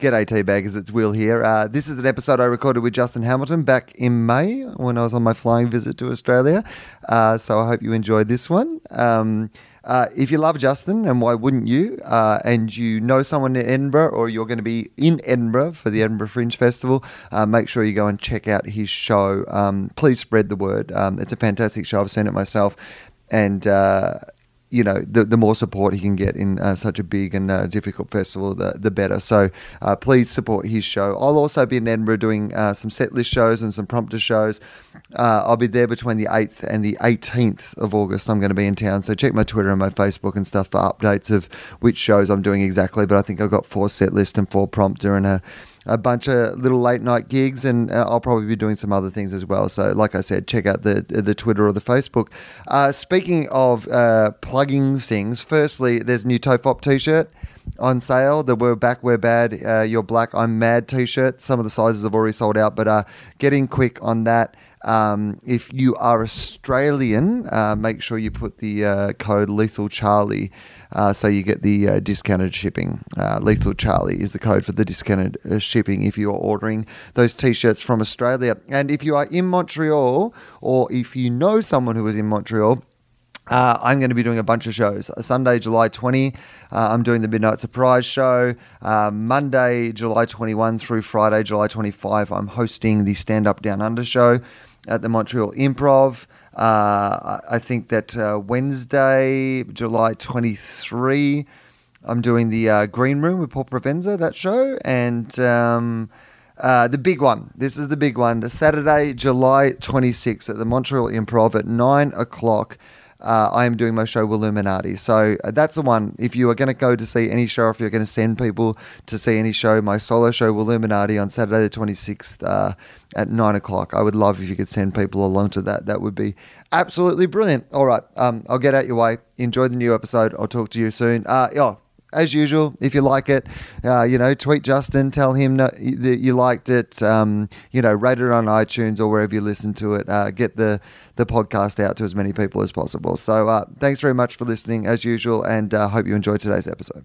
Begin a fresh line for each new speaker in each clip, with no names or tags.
G'day, Teabaggers. It's Will here. Uh, this is an episode I recorded with Justin Hamilton back in May when I was on my flying visit to Australia. Uh, so I hope you enjoyed this one. Um, uh, if you love Justin, and why wouldn't you, uh, and you know someone in Edinburgh or you're going to be in Edinburgh for the Edinburgh Fringe Festival, uh, make sure you go and check out his show. Um, please spread the word. Um, it's a fantastic show. I've seen it myself. And. Uh, you know, the, the more support he can get in uh, such a big and uh, difficult festival, the, the better. So uh, please support his show. I'll also be in Edinburgh doing uh, some set list shows and some prompter shows. Uh, I'll be there between the 8th and the 18th of August. I'm going to be in town. So check my Twitter and my Facebook and stuff for updates of which shows I'm doing exactly. But I think I've got four set list and four prompter and a a bunch of little late night gigs, and uh, I'll probably be doing some other things as well. So, like I said, check out the the Twitter or the Facebook. Uh, speaking of uh, plugging things, firstly, there's a new Tofop T-shirt on sale. The "We're Back, We're Bad, uh, You're Black, I'm Mad" T-shirt. Some of the sizes have already sold out, but uh, getting quick on that. Um, if you are Australian, uh, make sure you put the uh, code Lethal Charlie uh, so you get the uh, discounted shipping. Uh, Lethal Charlie is the code for the discounted uh, shipping if you are ordering those t shirts from Australia. And if you are in Montreal or if you know someone who is in Montreal, uh, I'm going to be doing a bunch of shows. Uh, Sunday, July 20, uh, I'm doing the Midnight Surprise show. Uh, Monday, July 21 through Friday, July 25, I'm hosting the Stand Up Down Under show at the Montreal Improv. Uh, I- I think that uh, Wednesday, July 23, I'm doing the uh, Green Room with Paul Provenza, that show. And. Um, uh, the big one. This is the big one. Saturday, July 26th at the Montreal Improv at 9 o'clock. Uh, I am doing my show Illuminati. So uh, that's the one. If you are going to go to see any show, if you're going to send people to see any show, my solo show Illuminati on Saturday the 26th uh, at 9 o'clock. I would love if you could send people along to that. That would be absolutely brilliant. All right. Um, I'll get out your way. Enjoy the new episode. I'll talk to you soon. Uh, yeah as usual, if you like it, uh, you know, tweet Justin, tell him no, that you liked it. Um, you know, rate it on iTunes or wherever you listen to it. Uh, get the the podcast out to as many people as possible. So, uh, thanks very much for listening, as usual, and uh, hope you enjoyed today's episode.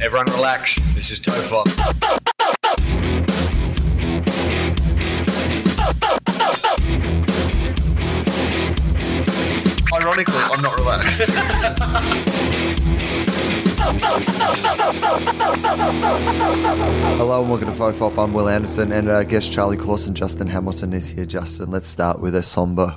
Everyone relax. This is Topher. Ironically, I'm not relaxed.
Hello and welcome to Fofop. I'm Will Anderson, and uh, guest Charlie Clausen, Justin Hamilton is here. Justin, let's start with a somber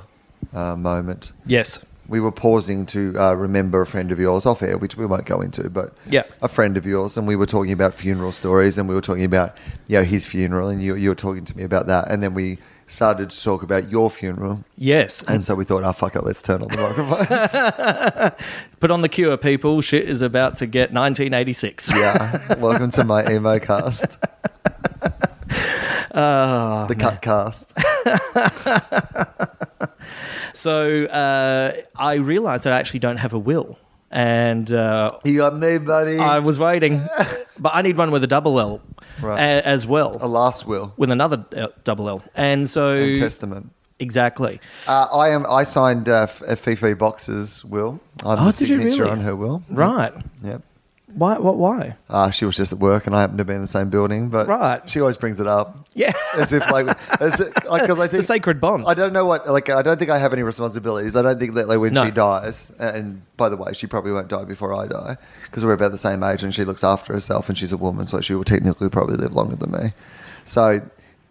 uh, moment.
Yes.
we were pausing to uh, remember a friend of yours off air, which we won't go into, but
Yeah.
a friend of yours, and we were talking about funeral stories, and we were talking about you know his funeral, and you you were talking to me about that, and then we started to talk about your funeral,
Yes.
and so we thought, oh fuck it, let's turn on the microphone.
Put on the cure, people. Shit is about to get 1986.
yeah, welcome to my emo cast,
Ah.
the cut cast.
so uh, I realized that I actually don't have a will. And uh,
You got me, buddy.
I was waiting. but I need one with a double L
Right.
a- as well,
a last will
with another uh, double L. And so.
and testament.
Exactly.
Uh, I am. I signed uh, F- uh, Fifi Box's will. I'm
Oh,
the
did you
signature
really?
on her will.
Right.
Yep.
Why? What? Why?
Uh, she was just at work, and I happened to be in the same building. But
Right.
she always brings it up.
Yeah.
as if like, as if, like, 'cause I think
It's a sacred bond.
I don't know what like I don't think I have any responsibilities. I don't think that like when
No.
she dies, and by the way, she probably won't die before I die because we're about the same age, and she looks after herself, and she's a woman, so she will technically probably live longer than me. So.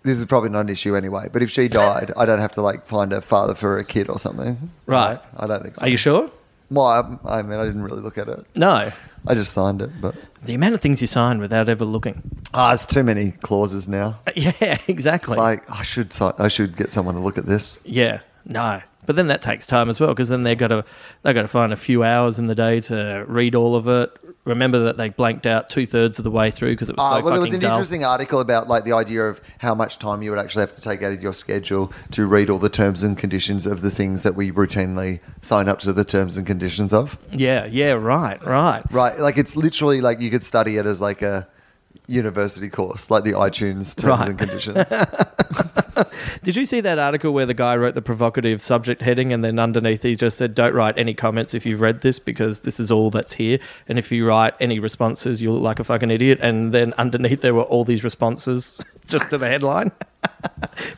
This is probably not an issue anyway, but if she died, I don't have to like find a father for a kid or something.
Right.
I don't think so.
Are you sure?
Well, I, I mean, I didn't really look at it.
No.
I just signed it, but
The amount of things you sign without ever looking.
ah, it's too many clauses now.
Yeah. Exactly.
It's like I should si- I should get someone to look at this.
Yeah, no. But then that takes time as well because then they've got to they've got to find a few hours in the day to read all of it, remember that they blanked out two thirds of the way through because it was
Ah, well,
so
there
fucking
was an
dull.
interesting article about like the idea of how much time you would actually have to take out of your schedule to read all the terms and conditions of the things that we routinely sign up to the terms and conditions of.
Yeah, yeah, right, right.
Right, like it's literally like you could study it as like a university course, like the iTunes terms
Right.
and conditions.
Did you see that article where the guy wrote the provocative subject heading and then underneath he just said, Don't write any comments if you've read this because this is all that's here. And if you write any responses, you'll look like a fucking idiot. And then underneath there were all these responses just to the headline.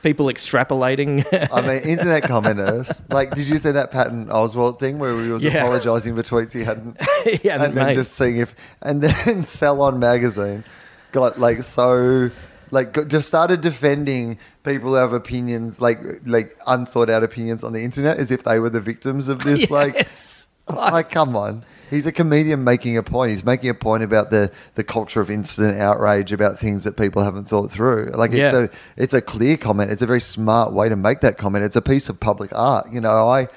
People extrapolating.
I mean, internet commenters. Like, did you see that Patton Oswald thing where he was
Yeah.
apologising for tweets he hadn't,
He hadn't
and then
made.
just seeing if, and then Salon Magazine got like so, like got, just started defending people who have opinions, like like unthought out opinions on the internet, as if they were the victims of this. Like,
Yes.
I was like, come on. He's a comedian making a point. He's making a point about the, the culture of instant outrage about things that people haven't thought through. Like it's
Yeah.
a it's a clear comment. It's a very smart way to make that comment. It's a piece of public art. You know, I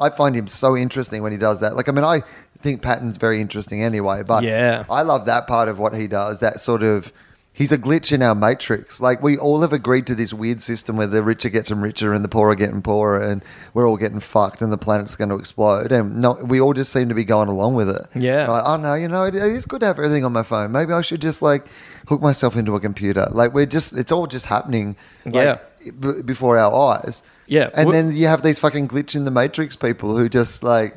I find him so interesting when he does that. Like I mean I think Patton's very interesting anyway, but
Yeah.
I love that part of what he does, that sort of He's a glitch in our matrix. Like we all have agreed to this weird system where the richer get richer and the poor are getting poorer, and we're all getting fucked, and the planet's going to explode. And no, we all just seem to be going along with it.
Yeah.
Like, oh no, you know, it, it is good to have everything on my phone. Maybe I should just like hook myself into a computer. Like we're just, it's all just happening. like,
Yeah.
b- before our eyes.
Yeah.
And
Wh-
then you have these fucking glitch in the matrix people who just like,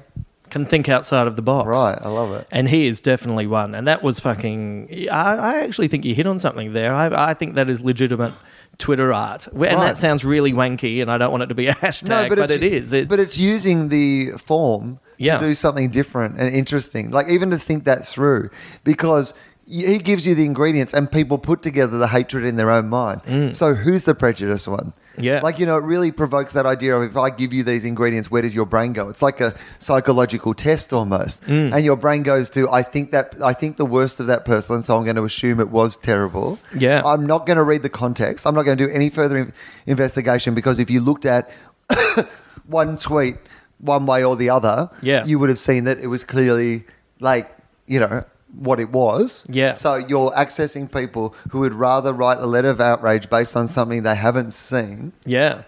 Can think outside of the box.
right, I love it.
And he is definitely one. And that was fucking. I, I actually think you hit on something there. I, I think that is legitimate Twitter art. And
Right.
that sounds really wanky, and I don't want it to be a hashtag, but, it is. It's,
but it's using the form
Yeah.
to do something different and interesting. Like even to think that through, because y- he gives you the ingredients, and people put together the hatred in their own mind. So who's the prejudice one?
Mm. Yeah.
like you know, it really provokes that idea of if I give you these ingredients, where does your brain go? It's like a psychological test almost,
Mm.
and your brain goes to I think that I think the worst of that person, so I'm going to assume it was terrible.
Yeah.
I'm not going to read the context. I'm not going to do any further in- investigation because if you looked at one tweet one way or the other,
Yeah.
you would have seen that it was clearly like, you know, what it was.
Yeah.
So you're accessing people who would rather write a letter of outrage based on something they haven't seen
yeah.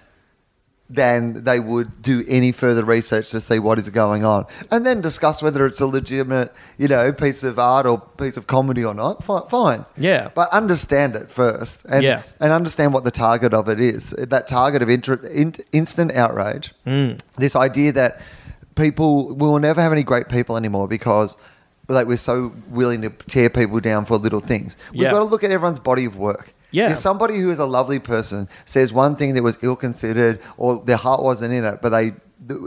than they would do any further research to see what is going on and then discuss whether it's a legitimate you know piece of art or piece of comedy or not Fi- fine
Yeah.
but understand it first and
Yeah.
and understand what the target of it is that target of inter- in- instant outrage
Mm.
this idea that people we will never have any great people anymore because like we're so willing to tear people down for little things we've
Yeah.
got to look at everyone's body of work
Yeah.
if somebody who is a lovely person says one thing that was ill considered or their heart wasn't in it, but they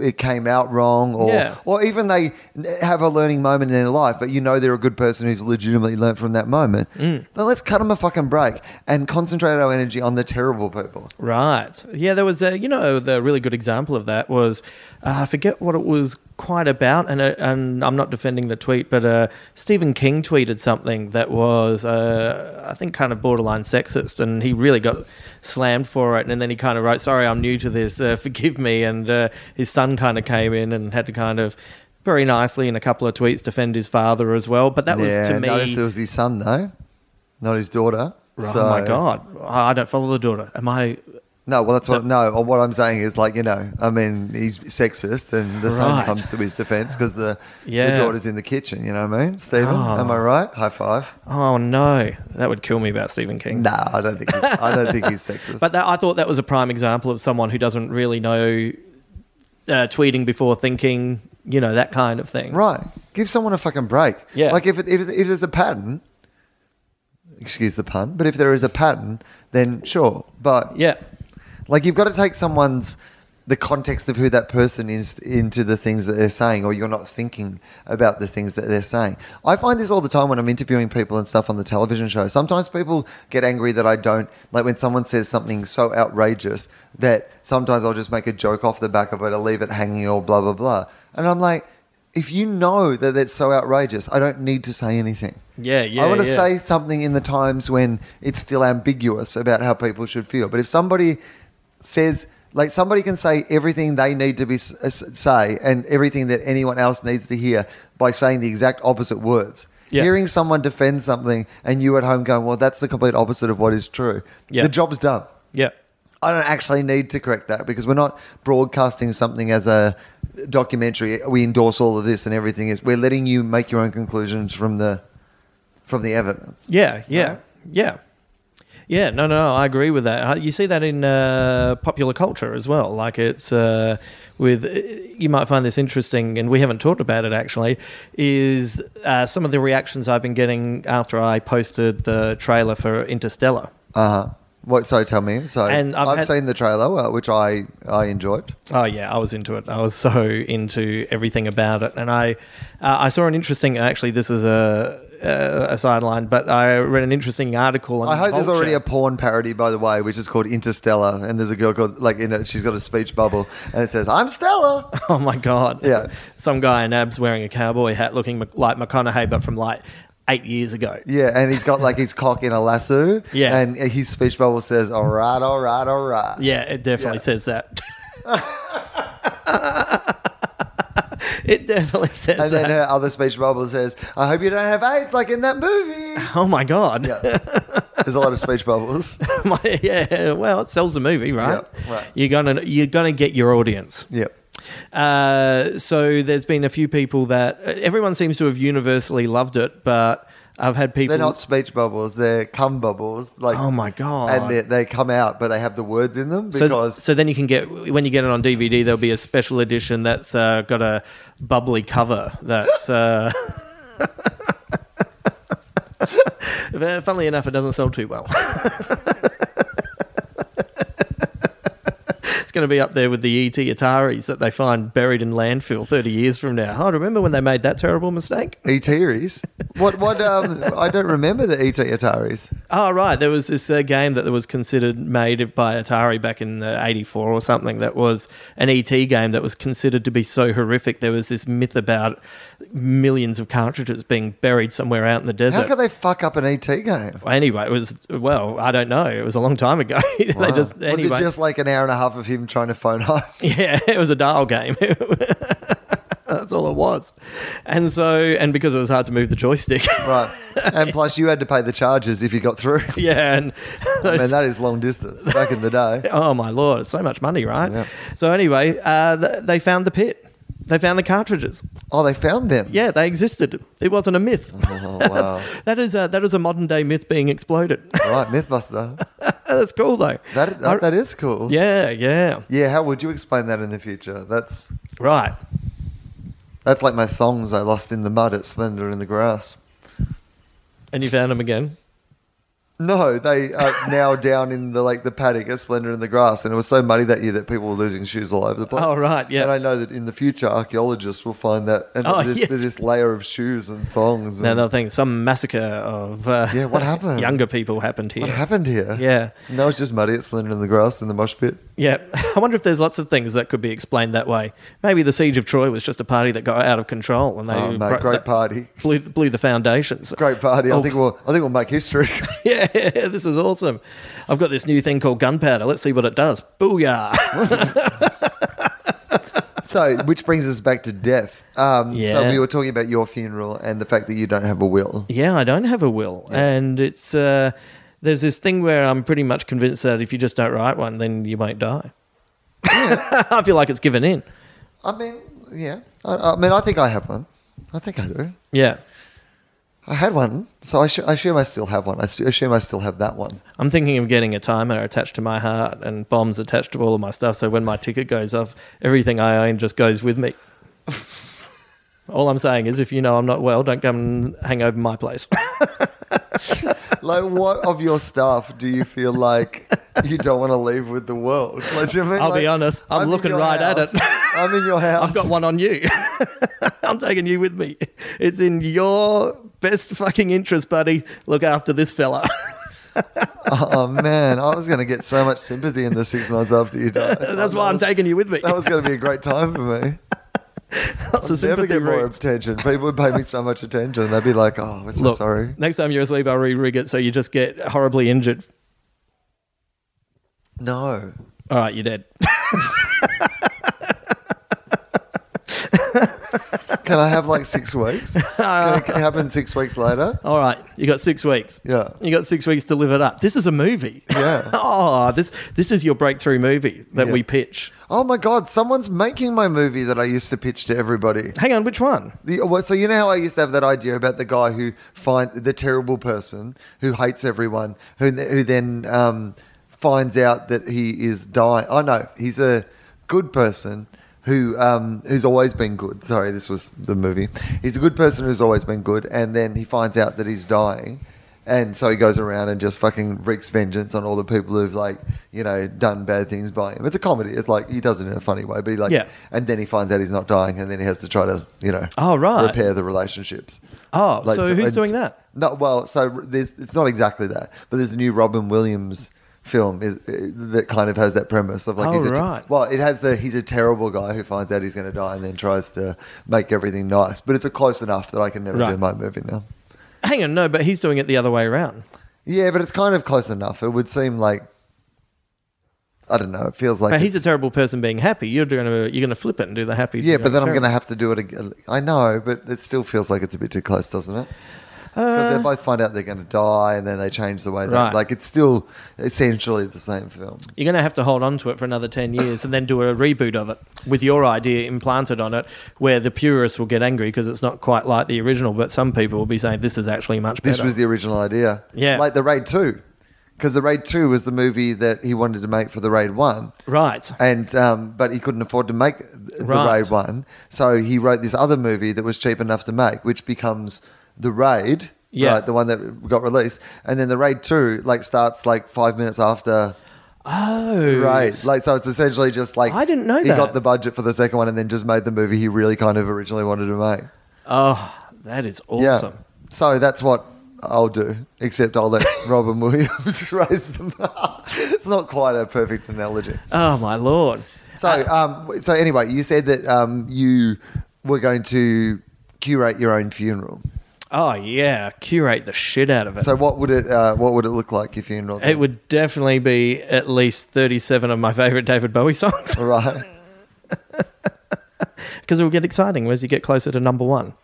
it came out wrong, or
Yeah.
or even they have a learning moment in their life, but you know they're a good person who's legitimately learnt from that moment.
Mm.
Then let's cut them a fucking break and concentrate our energy on the terrible people.
Right. Yeah, there was a, you know, the really good example of that was, uh, I forget what it was quite about, and, uh, and I'm not defending the tweet, but uh, Stephen King tweeted something that was, uh, I think, kind of borderline sexist, and he really got slammed for it. And then he kind of wrote, Sorry, I'm new to this, uh, forgive me. And uh, his son kind of came in and had to kind of. Very nicely, in a couple of tweets, defend his father as well. But that was to me.
notice it was his son though, not his daughter.
oh
So-
my god! I I don't follow the daughter. Am I
No, well, that's what. No, well, what I'm saying is like you know, I mean, he's sexist, and the son
Right.
comes to his defense because the,
Yeah.
the daughter's in the kitchen. You know what I mean, Stephen?
Oh.
Am I right? High five.
Oh no, that would kill me about Stephen King.
No, I don't think. He's, I don't think he's sexist.
But that, I thought that was a prime example of someone who doesn't really know uh, tweeting before thinking, you know, that kind of thing.
right, give someone a fucking break.
Yeah.
Like if it, if if there's a pattern, excuse the pun, but if there is a pattern, then sure. But
Yeah.
Like you've got to take someone's the context of who that person is into the things that they're saying, or you're not thinking about the things that they're saying. I find this all the time when I'm interviewing people and stuff on the television show. Sometimes people get angry that I don't like when someone says something so outrageous that sometimes I'll just make a joke off the back of it, I'll leave it hanging, or blah blah blah. And I'm like, if you know that that's so outrageous, I don't need to say anything.
Yeah, yeah.
I want to
yeah.
say something in the times when it's still ambiguous about how people should feel. But if somebody says, like, somebody can say everything they need to be uh, s- s- say and everything that anyone else needs to hear by saying the exact opposite words.
Yeah.
Hearing someone defend something and you at home going, well, that's the complete opposite of what is true.
Yeah.
The job's done.
Yeah.
I don't actually need to correct that because we're not broadcasting something as a documentary. We endorse all of this and everything is. We're letting you make your own conclusions from the from the evidence.
Yeah, yeah, yeah, yeah. No, no, no, I agree with that. Uh, You see that in uh, popular culture as well. Like it's uh, with uh, you might find this interesting, and we haven't talked about it actually. Is uh, some of the reactions I've been getting after I posted the trailer for Interstellar.
Uh huh. What? So tell me. So
And I've
I've,
had-
seen the trailer, uh, which I I enjoyed.
Oh yeah, I was into it. I was so into everything about it, and I, uh, I saw an interesting. Actually, this is a a, a sideline, but I read an interesting article. On
I hope there's
culture.
already a porn parody, by the way, which is called Interstellar, and there's a girl called like in it. She's got a speech bubble, and it says, "I'm Stella."
Oh my god!
Yeah.
some guy in abs wearing a cowboy hat, looking Mc- like McConaughey, but from like eight years ago.
Yeah, and he's got like his cock in a lasso.
Yeah.
and his speech bubble says, "All right, all right, all right."
Yeah, it definitely
Yeah.
says that. it definitely says
And
that.
then uh, her other speech bubble says, I hope you don't have AIDS like in that movie.
oh my god!
Yeah. There's a lot of speech bubbles.
My- yeah, well, it sells a movie, right?
Yeah, right.
You're gonna you're gonna get your audience.
Yep.
Uh, so there's been a few people that everyone seems to have universally loved it, but I've had people.
They're not speech bubbles, they're cum bubbles. Like
oh my god!
And they, they come out, but they have the words in them
So-
because
so, then you can get when you get it on DVD, there'll be a special edition that's uh, got a bubbly cover. That's uh, But funnily enough, it doesn't sell too well. It's going to be up there with the ET Ataris that they find buried in landfill 30 years from now. I remember when they made that terrible mistake.
ETeries. E What? What? Um, I don't remember the ET Ataris.
Oh, right. There was this uh, game that was considered made by Atari back in uh, 84 or something that was an ET game that was considered to be so horrific. There was this myth about millions of cartridges being buried somewhere out in the
How
desert.
could they fuck up an ET game?
Anyway, it was, well, I don't know. It was a long time ago. they
Wow.
just,
Was
anyway.
it just like an hour and a half of him trying to phone home?
Yeah, it was a dial game. That's all it was. And so, and because it was hard to move the joystick.
right. And plus, you had to pay the charges if you got through.
yeah. And
I mean, that is long distance back in the day.
Oh my lord, it's so much money, right?
Yeah.
So anyway, uh, th- they found the pit. They found the cartridges.
Oh, they found them.
Yeah, they existed. It wasn't a myth.
Oh, wow.
that is a, that is a modern day myth being exploded.
right, Mythbuster.
That's cool though.
That,
I-
that, that is cool.
yeah, yeah.
Yeah, how would you explain that in the future? That's
Right.
that's like my thongs I lost in the mud at Splendor in the Grass.
And you found them again.
No, they are now down in the like the paddock at Splendor in the Grass, and it was so muddy that year that people were losing shoes all over the place.
Oh, right, yeah.
And I know that in the future archaeologists will find that and
Oh,
this,
yes.
this layer of shoes and thongs.
Now
And,
they'll think some massacre of uh,
Yeah, what happened?
younger people happened here.
what happened here?
Yeah.
No, it's just muddy at Splendor in the Grass in the mosh pit.
Yeah, I wonder if there's lots of things that could be explained that way. Maybe the siege of Troy was just a party that got out of control, and they
Oh, mate,
bro-
great
that
party.
blew blew the foundations.
Great party.
Oh.
I think we'll I think we'll make history.
yeah, this is awesome. I've got this new thing called gunpowder. Let's see what it does. Booyah!
so, which brings us back to death. Um, So
Yeah.
we were talking about your funeral and the fact that you don't have a will.
yeah, I don't have a will, and it's uh, there's this thing where I'm pretty much convinced that if you just don't write one, then you won't die. I feel like it's given in.
I mean, yeah. I, I mean, I think I have one. I think I do.
Yeah,
I had one, so I, sh- I assume I still have one. I s- assume I still have that one.
I'm thinking of getting a timer attached to my heart and bombs attached to all of my stuff. So when my ticket goes off, everything I own just goes with me. all I'm saying is, if you know I'm not well, don't come and hang over my place.
Like, what of your stuff do you feel like you don't want to leave with the world? Like, do you mean,
I'll be
like,
honest, I'm
in
looking
your
right at
house.
it.
I'm in your house.
I've got one on you. I'm taking you with me. It's in your best fucking interest, buddy. Look after this fella.
Oh man, I was going to get so much sympathy in the six months after you died.
That's why I'm taking you with me.
That was going to be a great time for me.
That's a
Never
sympathy
get more
route.
attention. People would pay me so much attention. They'd be like, "Oh, we're so
Look,
sorry."
next time you're asleep, I'll re-rig it so you just get horribly injured.
No,
All right, you're dead.
Can I have like six weeks? Can it happen six weeks later?
All right, you got six weeks.
Yeah.
you got six weeks to live it up. This is a movie.
Yeah.
oh, this this is your breakthrough movie that
Yeah.
we pitch.
Oh my God, someone's making my movie that I used to pitch to everybody.
Hang on, which one?
The, well, so you know how I used to have that idea about the guy who find the terrible person who hates everyone, who who then um, finds out that he is dying. Oh no, he's a good person who um, who's always been good. Sorry, this was the movie. He's a good person who's always been good, and then he finds out that he's dying, and so he goes around and just fucking wreaks vengeance on all the people who've like you know done bad things by him. It's a comedy. It's like he does it in a funny way, but he like
Yeah.
and then he finds out he's not dying, and then he has to try to you know
Oh, right.
repair the relationships.
Oh, so who's
it's-
doing that?
No, well, so there's it's not exactly that, but there's the new Robin Williams film is uh, that kind of has that premise of like
Oh,
he's a te-
right.
well it has the he's a terrible guy who finds out he's going to die and then tries to make everything nice but it's a close enough that i can never do
Right.
my movie now
Hang on, no, but he's doing it the other way around.
yeah but it's kind of close enough it would seem like i don't know it feels like
But he's a
it's-
terrible person being happy. You're gonna you're gonna flip it and do the happy.
yeah but then i'm going to
terrible.
have to do it again i know but it still feels like it's a bit too close doesn't it Because they both find out they're going to die, and then they change the way they
Uh, Right.
like. It's still essentially the same film.
You're going to have to hold on to it for another 10 years and then do a reboot of it with your idea implanted on it, where the purists will get angry because it's not quite like the original, but some people will be saying this is actually much better.
This was the original idea.
Yeah.
like the Raid Two, because the Raid Two was the movie that he wanted to make for the Raid One,
Right.
and um, but he couldn't afford to make the
Right.
Raid One, so he wrote this other movie that was cheap enough to make, which becomes the Raid.
Yeah.
right, the one that got released, and then the Raid Two like starts like five minutes after
Oh.
Right. Like so it's essentially just like
I didn't know
he
that.
got the budget for the second one and then just made the movie he really kind of originally wanted to make.
Oh, that is awesome.
Yeah. So that's what I'll do, except I'll let Robin Williams raise them. it's not quite a perfect analogy.
Oh, my Lord.
So
Uh,
um so anyway, you said that um you were going to curate your own funeral.
Oh, yeah. Curate the shit out of it.
So what would it uh, what would it look like your funeral?
it would definitely be at least 37 of my favorite David Bowie songs
right.
because it will get exciting as you get closer to number one.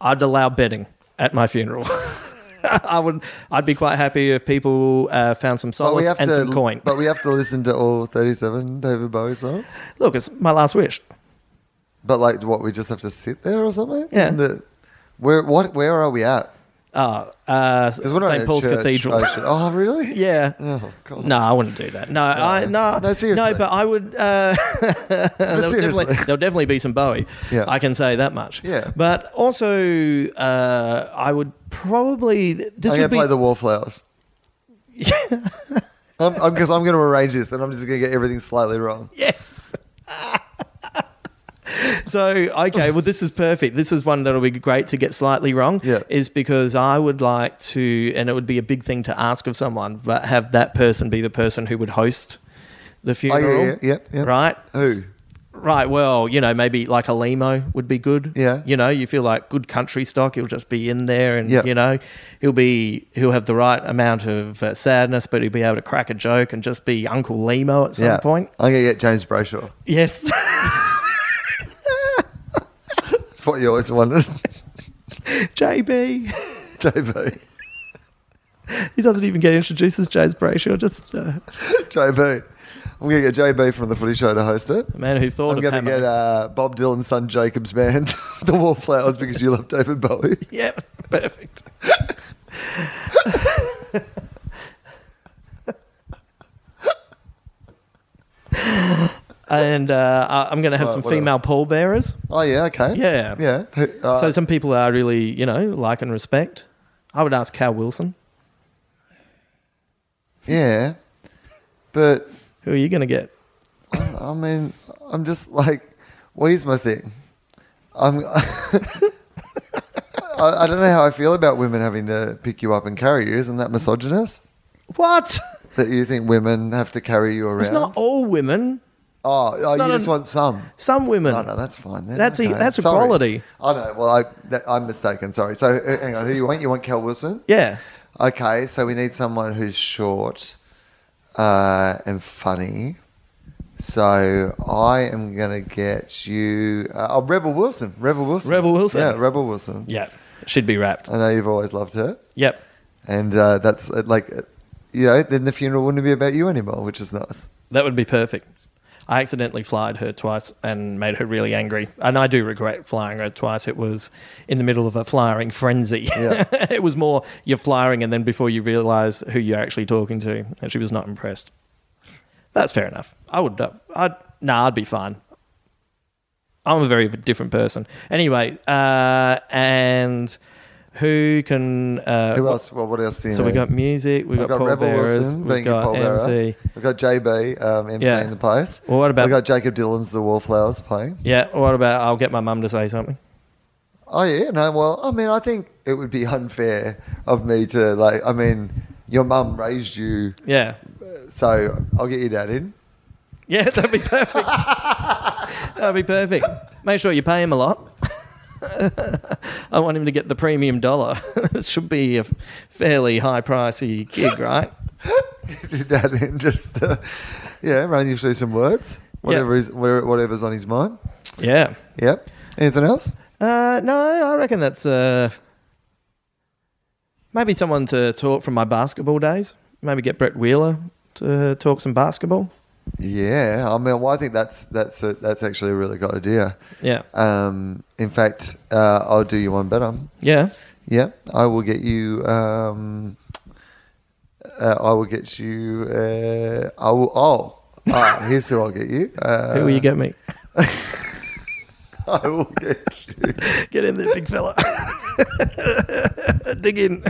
I'd allow betting at my funeral. I would. I'd be quite happy if people uh, found some
But we
solace
have
and
to
some coin.
but we have to listen to all 37 David Bowie songs.
Look, it's my last wish.
But like, what we just have to sit there or something?
Yeah.
In the- where what? Where are we at?
Oh, uh,
Because we're not in
St
a
Paul's
church,
Cathedral.
Oh, shit. Oh, really?
yeah.
Oh god.
No, I wouldn't do that. No, I no,
No, seriously.
no. But I would. Uh, there'll,
seriously.
definitely, there'll definitely be some Bowie.
Yeah.
I can say that much.
Yeah.
But also, uh, I would probably this
I'm gonna
would be
Oh, play the Wallflowers. Yeah. Because I'm, 'cause I'm going to arrange this, and I'm just going to get everything slightly wrong.
Yes. so okay, well this is perfect. This is one that'll be great to get slightly wrong.
Yeah.
Is because I would like to and it would be a big thing to ask of someone, but have that person be the person who would host the funeral.
Oh, yeah, yeah.
Right?
Who?
Right, well, you know, maybe like a limo would be good.
Yeah.
You know, you feel like good country stock, he'll just be in there and,
Yeah.
you know, he'll be, he'll have the right amount of uh, sadness, but he'll be able to crack a joke and just be Uncle Limo at some
yeah.
point.
I'm going to get James Brayshaw.
Yes.
That's what you always wanted,
JB.
JB.
He doesn't even get introduced as James Brayshaw, just uh,
JB. I'm going to get JB from the Footy Show to host it.
a man who thought
I'm
of
going to
Hammer.
get uh, Bob Dylan's son Jacob's band, the Wallflowers, because you love David Bowie.
Yeah, perfect. and uh, I- I'm going to have
Right,
some
what
female
else?
pallbearers.
Oh yeah, okay.
Yeah.
yeah. Who- uh,
so some people I really, you know, like and respect. I would ask Cal Wilson,
Yeah, but
who are you going to get?
I mean, I'm just like, well, here's my thing. I'm. I, I don't know how I feel about women having to pick you up and carry you. Isn't that misogynist?
What?
That you think women have to carry you around?
It's not all women.
oh, oh
not
you just
an-
want some.
Some women.
No, no, that's fine. Then.
That's e- that's equality.
I know. Well, I, that, I'm mistaken. Sorry. So, uh, hang on. Who you want? You want Cal Wilson?
yeah.
Okay, so we need someone who's short uh, and funny, So I am going to get you. Uh, oh, Rebel Wilson. Rebel Wilson.
Rebel Wilson.
Yeah, Rebel Wilson.
Yeah, she'd be wrapped.
I know you've always loved her.
Yep.
And uh, that's uh, like, uh, you know, then the funeral wouldn't be about you anymore, which is nice.
That would be perfect. I accidentally flied her twice and made her really angry. And I do regret flying her twice. It was in the middle of a flyering frenzy.
Yeah.
it was more you're flying and then before you realize who you're actually talking to. And she was not impressed. That's fair enough. I would, uh, I'd, nah, I'd be fine. I'm a very different person. Anyway, uh, and who can. Uh,
Who
what-
else? Well, what else do you
So
know?
we got music, we
I've
got, got Paul Bearers, we've
being your
got
pallbearer.
MC.
We've got JB um, MC
Yeah.
in the place.
Well, what about-
We've got Jacob Dylan's The Wallflowers playing.
Yeah, what about I'll get my mum to say something?
Oh yeah, no. Well, I mean, I think it would be unfair of me to like. I mean, your mum raised you,
Yeah.
so I'll get your dad in.
Yeah, that'd be perfect. that'd be perfect. Make sure you pay him a lot. I want him to get the premium dollar. it should be a fairly high pricey gig, right?
Get your dad in just to, yeah, run you through some words, whatever is whatever- whatever's on his mind.
Yeah.
Yep. Anything else?
Uh, no, I reckon that's uh, maybe someone to talk from my basketball days. Maybe get Brett Wheeler to talk some basketball.
Yeah. I mean, well, I think that's that's a, that's actually a really good idea.
Yeah.
Um, in fact, uh, I'll do you one better.
Yeah.
Yeah, I will get you. Um, uh, I will get you. Uh, I will. Oh, ah, here's who I'll get you. Uh,
Who will you get me?
I will get you.
Get in there, big fella. Dig in.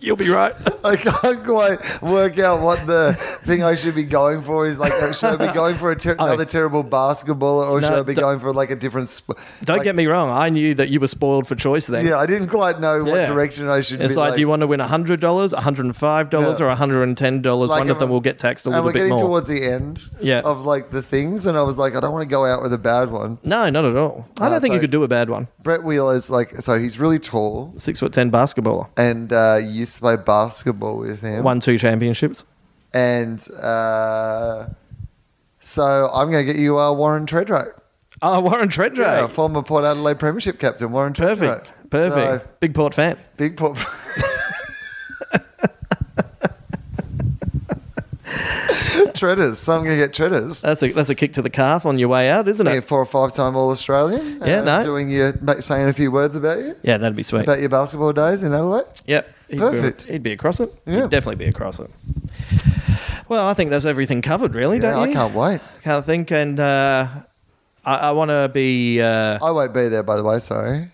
You'll be right.
I can't quite work out what the thing I should be going for is. Like, uh, should I be going for a ter-
Oh.
another terrible basketballer, or should
No,
I be
don't-
going for like a different? Sp-
Don't
like-
get me wrong. I knew that you were spoiled for choice then.
Yeah, I didn't quite know what
Yeah.
direction I should.
It's
be
like, do you want to win $100, $105,
Yeah.
or $110?
Like,
One of
am
them
I-
will get taxed a
And
little
we're
bit
getting
more.
towards the end
Yeah.
of like the things, and I was like, I don't want to go out with a bad one.
no, not at all. I don't
Uh,
think
so-
you could do a bad one.
Brett Wheeler's like, so he's really tall.
Six foot 10 basketballer.
and uh, you used to play basketball with him.
Won two championships.
And uh, so I'm going to get you uh, Warren Treadrow.
Oh, Warren Treadray.
Yeah, former Port Adelaide Premiership captain, Warren Treadrow.
Perfect. Perfect.
So,
Big Port fan.
big pop. Treaders. So I'm going to get Treaders.
That's a, that's a kick to the calf on your way out, isn't
Yeah,
it?
four or five time All Australian.
Yeah, no.
Doing your, ma- saying a few words about you,
Yeah, that'd be sweet.
about your basketball days in Adelaide.
Yep. He'd
Perfect.
Be, he'd be across it.
Yeah.
He'd definitely be across it. Well, I think that's everything covered, really,
Yeah,
don't
I
you?
can't wait.
Can't think. And uh, I, I want to be. Uh,
I won't be there, by the way. Sorry.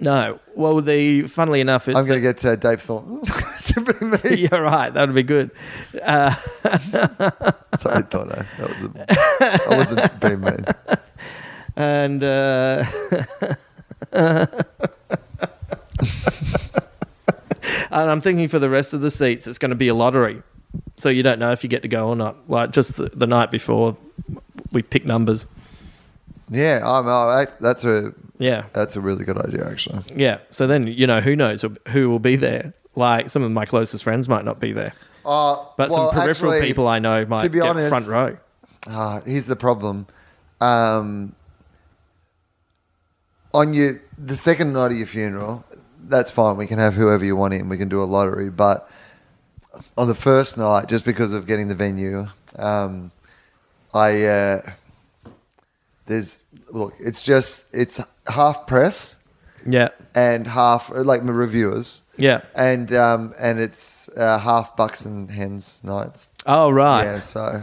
no. Well, the funnily enough, it's.
I'm going to get uh, Dave Thornton to be me.
You're right. That would be good. Uh,
Sorry, Donna. That was a, I wasn't being mean.
and uh, and I'm thinking for the rest of the seats, it's going to be a lottery, so you don't know if you get to go or not. Like just the, the night before, we pick numbers.
Yeah, I'm, oh, that- that's a
Yeah,
that's a really good idea, actually.
yeah. So then you know who knows who will be there. Like some of my closest friends might not be there,
Uh,
but
well,
some peripheral
actually,
people I know might
to be
get
honest-
front row.
Ah, here's the problem. Um, on your the second night of your funeral, that's fine. We can have whoever you want in. We can do a lottery, but on the first night, just because of getting the venue, um, I uh, there's look. It's just it's half press.
Yeah,
and half like my reviewers.
yeah.
And um and it's uh, half bucks and hens nights.
Oh right.
Yeah, so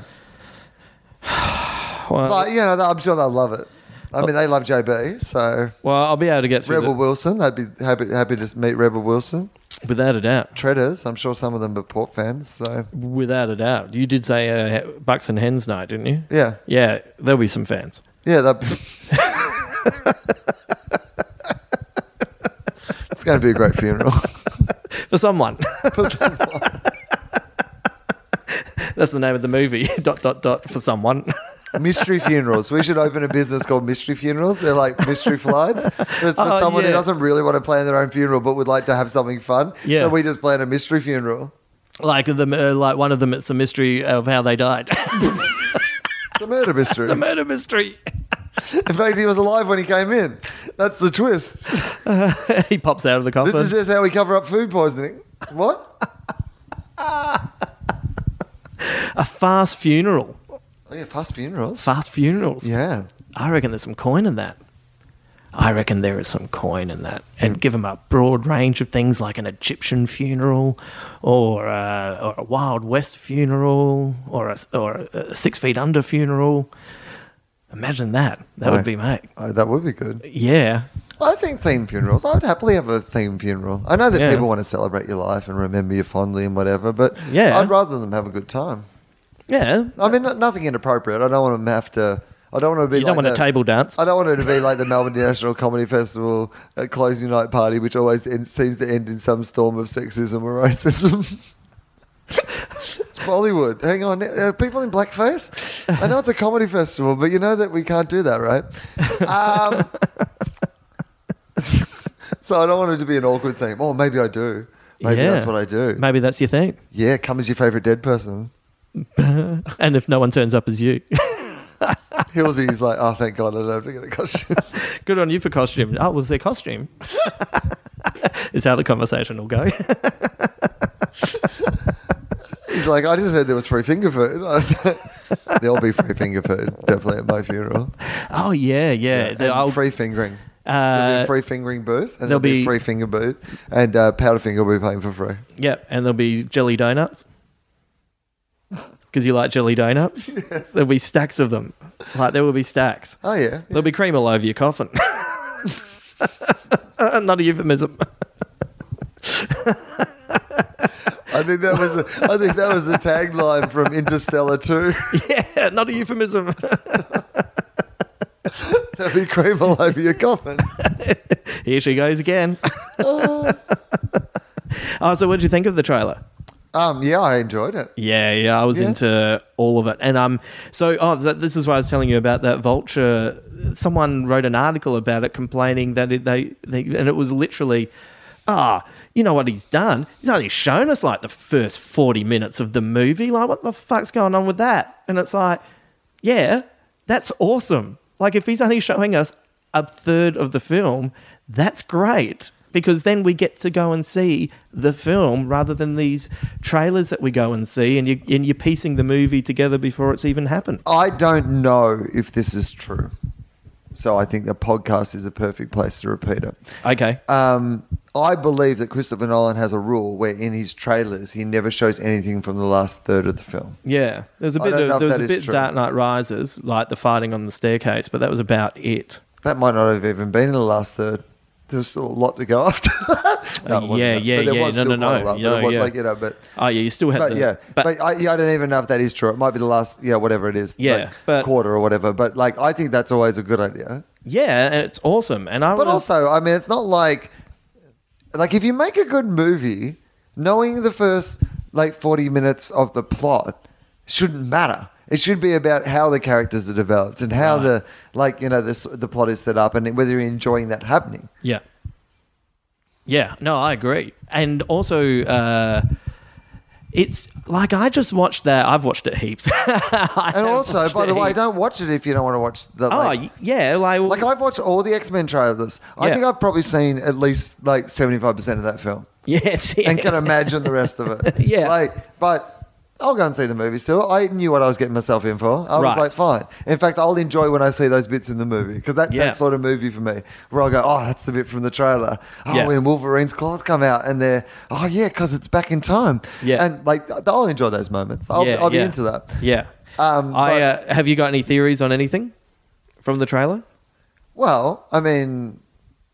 Well,
but you know I'm sure they'll love it. I mean they love JB, so
well, I'll be able to get through.
Rebel
the-
Wilson, they'd be happy happy to meet Rebel Wilson.
Without a doubt.
Treaders, I'm sure some of them are Port fans, so
Without a doubt. You did say uh, Bucks and Hens night, didn't you?
yeah,
Yeah, there'll be some fans.
yeah. That'd be... it's going to be a great funeral.
For someone. That's the name of the movie. dot, dot, dot. For someone.
Mystery funerals. We should open a business called Mystery Funerals. They're like mystery flights. But it's for
Oh,
someone who
yeah.
doesn't really want to plan their own funeral but would like to have something fun.
Yeah.
So we just plan a mystery funeral.
like, the, uh, like one of them, it's the mystery of how they died.
The murder mystery.
the murder mystery.
In fact, he was alive when he came in. That's the twist.
he pops out of the coffin.
This is just how we cover up food poisoning. What?
a fast funeral.
Oh, yeah, past funerals.
Fast funerals.
Yeah.
I reckon there's some coin in that. I reckon there is some coin in that, and give them a broad range of things like an Egyptian funeral, or a, or a Wild West funeral, or a, or a Six Feet Under funeral. Imagine that.
Aye.
That would be mate.
Oh, that would be good.
Yeah,
I think theme funerals. I would happily have a theme funeral. I know that
Yeah.
people want to celebrate your life and remember you fondly and whatever, but
Yeah.
I'd rather them have a good time.
yeah.
I mean, no- nothing inappropriate. I don't want them to have to. I don't want to be.
You don't
like
want a
the-
table dance.
I don't want it to be like the Melbourne National Comedy Festival uh, closing night party, which always end, seems to end in some storm of sexism or racism. it's Bollywood. Hang on, uh, people in blackface. I know it's a comedy festival, but you know that we can't do that, right? Um, so I don't want it to be an awkward thing. Oh, maybe I do. Maybe
Yeah.
that's what I do.
Maybe that's your thing.
Yeah, come as your favorite dead person.
And if no one turns up as you,
Hillsy's like, oh, thank God, I don't have to get a costume.
good on you for costume. Oh, was their costume? is how the conversation will go.
He's like, I just heard there was free finger food. I was like, There'll be free finger food, definitely at my funeral.
oh yeah, yeah.
And
The old-
free fingering. there'll be
Uh,
a free fingering booth, and
there'll
there'll be,
be-
a free finger booth, and uh, Powderfinger will be paying for free.
Yep, and there'll be jelly donuts. Because you like jelly donuts? There'll be stacks of them. Like, there will be stacks.
Oh yeah,
There'll be cream all over your coffin. Not a euphemism.
I think that was the, I think that was the tagline from Interstellar Two.
yeah, not a euphemism.
there'll be cream all over your coffin.
Here she goes again. oh, so what did you think of the trailer?
Um, yeah, I enjoyed it.
Yeah, yeah, I was
Yeah.
into all of it, and um, so oh, th- this is why I was telling you about that vulture. Someone wrote an article about it, complaining that it, they, they, and it was literally, ah, you know what he's done? He's only shown us like the first forty minutes of the movie. Like, what the fuck's going on with that? And it's like, yeah, that's awesome. Like, if he's only showing us a third of the film, that's great because then we get to go and see the film rather than these trailers that we go and see and, you, and you're piecing the movie together before it's even happened.
I don't know if this is true, so I think the podcast is a perfect place to repeat it.
Okay.
um, I believe that Christopher Nolan has a rule where in his trailers he never shows anything from the last third of the film.
yeah. There was a
I
bit
don't know
of
if
there was a
that is
bit
true.
Dark Knight Rises, like the fighting on the staircase, but that was about it.
That might not have even been in the last third. There was still a lot to go after. no, it wasn't
yeah,
that.
yeah,
but there
yeah.
Was
No,
still
no,
quite
no.
A lot,
You
but
know,
it was,
yeah.
Like, you know, but
Oh yeah, you still had
but
the
yeah, but, I, yeah, I don't even know if that is true. It might be the last, yeah, whatever it is,
Yeah,
like,
but-
quarter or whatever. But like, I think that's always a good idea.
yeah, and it's awesome. And I
But
was-
also, I mean, it's not like like if you make a good movie, knowing the first like forty minutes of the plot shouldn't matter. It should be about how the characters are developed and how the like you know the s- the plot is set up and whether you're enjoying that happening.
Yeah. Yeah, no, I agree. And also, uh, it's like I just watched that. I've watched it heaps. I
And
have
also,
watched
by
it
the way,
heaps.
don't watch it if you don't want to watch the.
Oh,
Like,
y- yeah, like,
like I've watched all the X Men trailers. I
Yeah.
think I've probably seen at least like seventy five percent of that film.
yes,
and can
yeah.
imagine the rest of it.
Yeah.
Like, but I'll go and see the movie still. I knew what I was getting myself in for. I
Right.
was like, fine. In fact, I'll enjoy when I see those bits in the movie because that's
Yeah.
that sort of movie for me where I'll go, oh, that's the bit from the trailer. Oh,
Yeah.
when Wolverine's claws come out and they're, oh, yeah, because it's back in time.
Yeah.
And like, I'll enjoy those moments. I'll,
Yeah,
I'll be
yeah.
into that.
Yeah.
Um,
I
but-
uh, have you got any theories on anything from the trailer?
Well, I mean,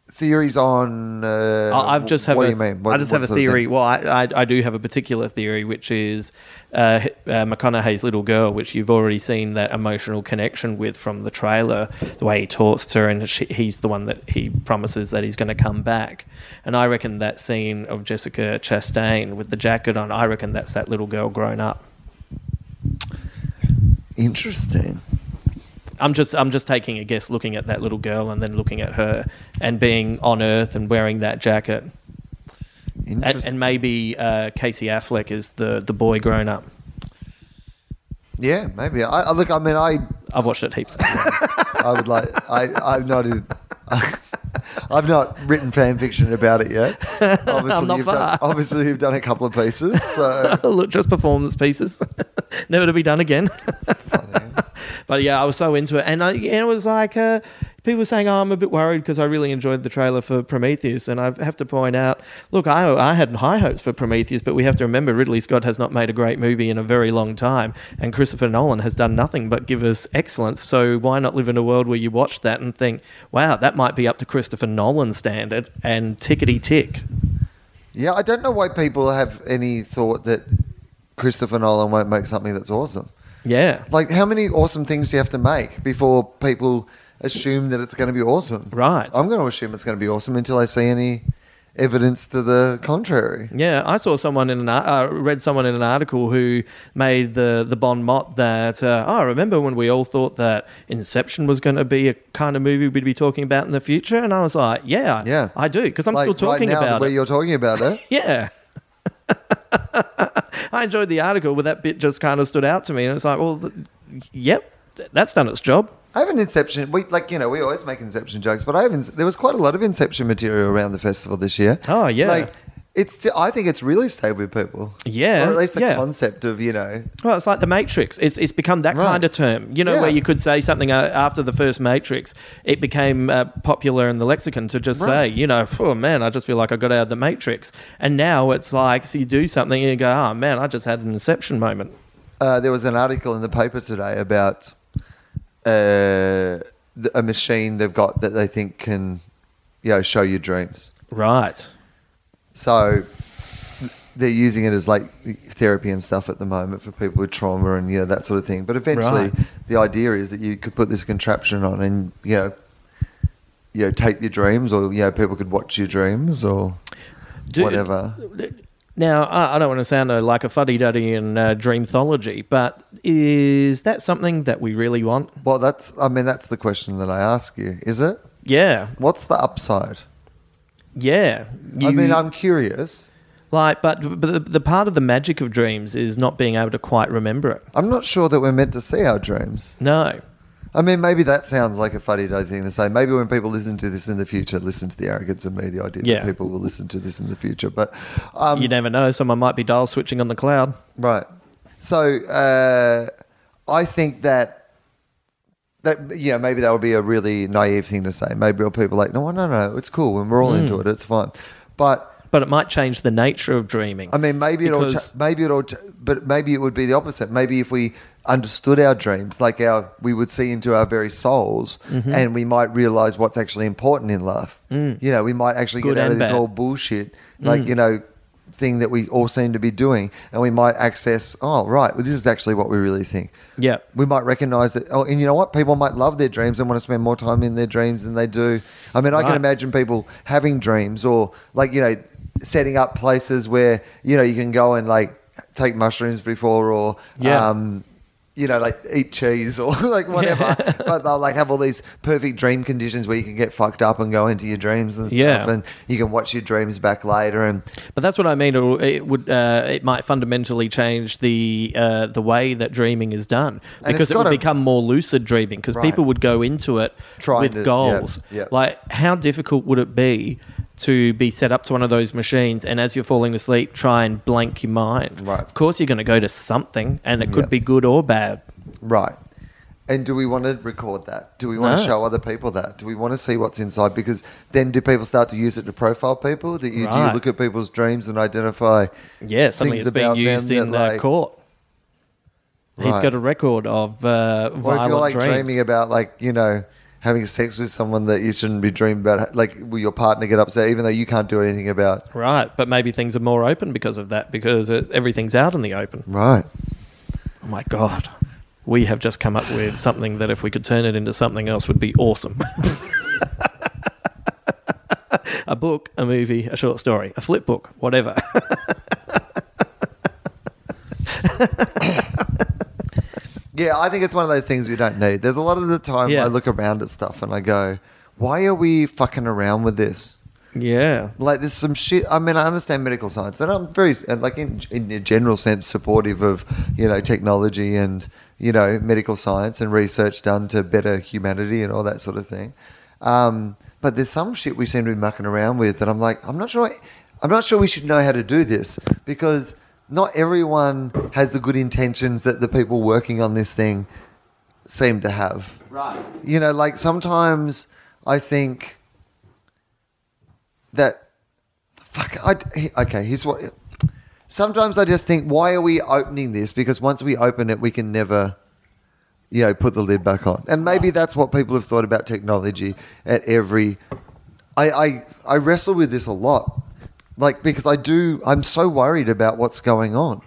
theories on. Uh,
I- I've just have
What
a,
do you mean? What-
I just have
what
a
sort of thing?
theory. Well, I, I I do have a particular theory, which is uh, H- uh, McConaughey's little girl, which you've already seen that emotional connection with from the trailer, the way he talks to her, and she, he's the one that he promises that he's going to come back. And I reckon that scene of Jessica Chastain with the jacket on, I reckon that's that little girl grown up.
Interesting.
I'm just I'm just taking a guess, looking at that little girl and then looking at her and being on Earth and wearing that jacket. And,
Interesting.
and maybe uh, Casey Affleck is the, the boy grown up.
Yeah, maybe. I, I look. I mean, I
I've watched it heaps.
I would like. I, I've not. even- I've not written fan fiction about it yet. Obviously,
not
you've done,
far.
obviously you've done a couple of pieces. So
Look, just performance pieces, never to be done again. but yeah, I was so into it, and, I, and it was like uh, people were saying, "Oh, I'm a bit worried because I really enjoyed the trailer for Prometheus." And I have to point out, look, I I had high hopes for Prometheus, but we have to remember Ridley Scott has not made a great movie in a very long time, and Christopher Nolan has done nothing but give us excellence. So why not live in a world where you watch that and think, "Wow, that might be up to Christopher Nolan's standard," and tickety tick.
yeah, I don't know why people have any thought that Christopher Nolan won't make something that's awesome.
Yeah.
Like, how many awesome things do you have to make before people assume that it's going to be awesome?
Right.
I'm going to assume it's going to be awesome until I see any evidence to the contrary.
Yeah, I saw someone in an ar- uh, read someone in an article who made the the bon mot that uh, oh, I remember when we all thought that Inception was going to be a kind of movie we'd be talking about in the future, and I was like, yeah,
Yeah.
I do because I'm
Like,
still talking
right now,
about
the way
it.
you're talking about it.
Yeah. I enjoyed the article, but that bit just kind of stood out to me, and it's like, well, th- yep, th- that's done its job.
I have an Inception. We like you know we always make Inception jokes, but I have. ins- There was quite a lot of Inception material around the festival this year.
Oh, yeah.
like it's. sti- I think it's really stayed with people.
Yeah,
or at least the
yeah.
concept of you know.
Well, it's like the Matrix. It's, it's become that
Right.
kind of term, you know,
Yeah.
where you could say something uh, after the first Matrix. It became uh, popular in the lexicon to just
Right.
say, you know, oh man, I just feel like I got out of the Matrix. And now it's like, so you do something and you go, oh man, I just had an inception moment.
Uh, there was an article in the paper today about uh, th- a machine they've got that they think can, you know, show you dreams.
Right.
So they're using it as like therapy and stuff at the moment for people with trauma and you know that sort of thing. But eventually,
Right.
the idea is that you could put this contraption on and you know, you know, tape your dreams, or you know, people could watch your dreams, or
Do-
whatever.
Now, I I don't want to sound uh, like a fuddy duddy in uh, dreamthology, but is that something that we really want?
Well, that's I mean that's the question that I ask you. Is it?
Yeah.
What's the upside?
Yeah.
I mean,
You-
I'm curious.
like, but, but the, the part of the magic of dreams is not being able to quite remember it.
I'm not sure that we're meant to see our dreams.
No.
I mean, maybe that sounds like a funny day thing to say. Maybe when people listen to this in the future, listen to the arrogance of me, the idea
Yeah.
that people will listen to this in the future. But um,
you never know. Someone might be dial switching on the cloud.
right, so uh, I think that that yeah, maybe that would be a really naive thing to say. Maybe people are like, no, no, no, it's cool, and we're all
Hmm.
into it, it's fine. But
But it might change the nature of dreaming.
I mean, maybe it all, cha-
Because-
maybe it all, cha- but maybe it would be the opposite. Maybe if we understood our dreams, like our, we would see into our very souls,
Mm-hmm.
and we might realize what's actually important in life. You know, we might actually
Mm. Good
get out
and
of this
bad. Mm.
whole bullshit, like you know, thing that we all seem to be doing, and we might access. Oh, right, well, this is actually what we really think.
Yeah.
We might recognize that, oh, and you know what? People might love their dreams and want to spend more time in their dreams than they do. I mean, I can
Right.
imagine people having dreams or, like, you know, setting up places where, you know, you can go and, like, take mushrooms before or,
Yeah.
um, you know, like eat cheese or like whatever. but they'll like have all these perfect dream conditions where you can get fucked up and go into your dreams and stuff.
Yeah.
And you can watch your dreams back later. And
But that's what I mean. It it would. Uh, it might fundamentally change the uh, the way that dreaming is done
And
because
it's
it would
gotta-
become more lucid dreaming because
Right.
people would go into it
Trying
with
to- yeah,
goals.
yeah.
Like, how difficult would it be? To be set up to one of those machines, and as you're falling asleep, try and blank your mind.
Right.
Of course, you're going to go to something, and it could
Yeah.
be good or bad.
Right. And do we want to record that? Do we want
No.
to show other people that? Do we want to see what's inside? Because then do people start to use it to profile people? That you do you
Right.
look at people's dreams and identify
Yeah, something
things
that's being
about them
used in
that,
uh,
like-
court. He's
Right.
got a record of uh,
or if
violent
you're like
dreams.
dreaming about like, you know, having sex with someone that you shouldn't be dreaming about like will your partner get upset even though you can't do anything about
right, but maybe things are more open because of that, because uh everything's out in the open.
Right.
Oh my God. We have just come up with something that if we could turn it into something else would be awesome. a book, a movie, a short story, a flip book, whatever.
Yeah, I think it's one of those things we don't need. There's a lot of the time
Yeah.
I look around at stuff and I go, Why are we fucking around with this?
Yeah.
Like there's some shit. I mean, I understand medical science, and I'm very and, like in in a general sense supportive of you know technology and you know medical science and research done to better humanity and all that sort of thing. Um, but there's some shit we seem to be mucking around with that I'm like, I'm not sure. I'm not sure we should know how to do this because not everyone has the good intentions that the people working on this thing seem to have.
Right.
You know, like sometimes I think that fuck. I he- okay. Here's what. Sometimes I just think, why are we opening this? Because once we open it, we can never, you know, put the lid back on. And maybe that's what people have thought about technology at every. I I, I wrestle with this a lot, like because I do. I'm so worried about what's going on.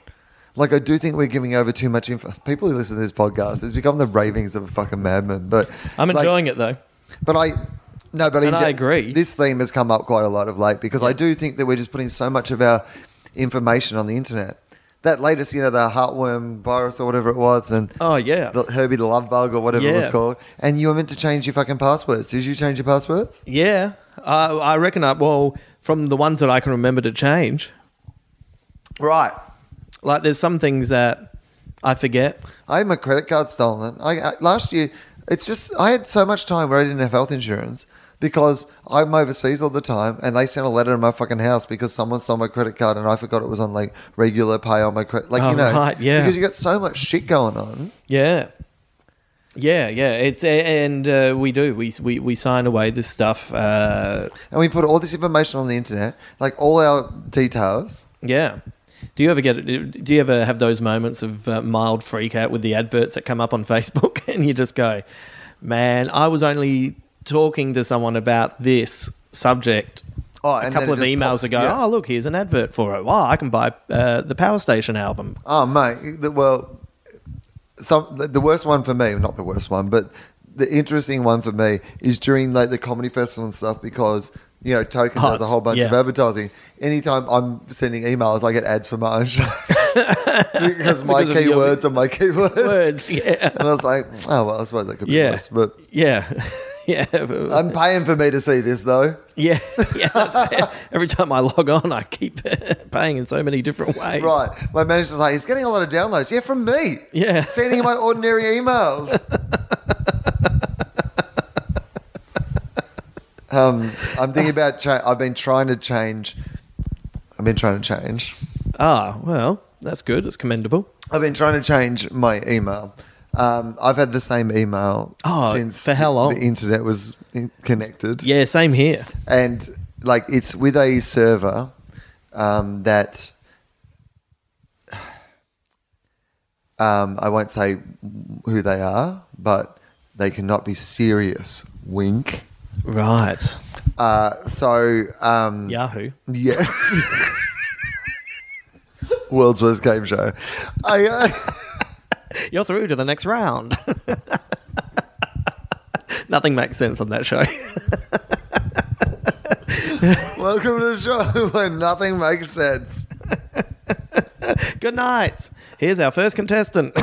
Like I do think we're giving over too much info. People who listen to this podcast, it's become the ravings of a fucking madman. But
I'm
like,
enjoying it though.
but I no, but in
And I agree.
This theme has come up quite a lot of late because I do think that we're just putting so much of our information on the internet. That latest, you know, the heartworm virus or whatever it was, and
Oh yeah.
the Herbie the love bug or whatever it was
Yeah.
called, and you were meant to change your fucking passwords. Did you change your passwords?
yeah. I I reckon I well from the ones that I can remember to change.
Right.
Like there's some things that I forget.
I had my credit card stolen. I, I last year. It's just I had so much time where I didn't have health insurance because I'm overseas all the time, and they sent a letter to my fucking house because someone stole my credit card and I forgot it was on like regular pay on my credit. Like
Oh,
you know,
right, yeah.
because you got so much shit going on.
Yeah. Yeah, yeah. It's a- and uh, we do. We, we we sign away this stuff. Uh,
And we put all this information on the internet, like all our details.
yeah. Do you ever get? Do you ever have those moments of uh, mild freak out with the adverts that come up on Facebook, and you just go, "Man, I was only talking to someone about this subject."
Oh,
a
and then
couple
it
of
just
emails
pops-
ago,
yeah.
oh look, here's an advert for it. Wow, I can buy uh, the Power Station album.
Oh mate, the- well, some the- the worst one for me, not the worst one, but the interesting one for me is during like the comedy festival and stuff because you know Token
Oh,
does a
it's-
whole bunch of
yeah.
advertising. Anytime I'm sending emails, I get ads for my own shows because my
Because of your-
keywords are my keywords.
Words, yeah,
And I was like, oh well, I suppose that could be
yeah,
worse, but.
yeah, yeah.
I'm paying for me to see this though.
Yeah, yeah. Every time I log on, I keep paying in so many different ways.
Right. My manager was like, he's getting a lot of downloads. Yeah, from me.
Yeah.
Sending my ordinary emails. um, I'm thinking about, cha- I've been trying to change. I've been trying to change.
Ah, well, that's good. It's commendable.
I've been trying to change my email. Um, I've had the same email
Oh,
since
for how long?
the internet was in- connected.
Yeah, same here.
and like it's with a server um, that um, I won't say who they are, but they cannot be serious. Wink.
Right.
Uh, so um,
Yahoo.
Yes. World's worst game show. I, uh,
You're through to the next round. Nothing makes sense on that show.
welcome to the show where nothing makes sense.
good night. Here's our first contestant.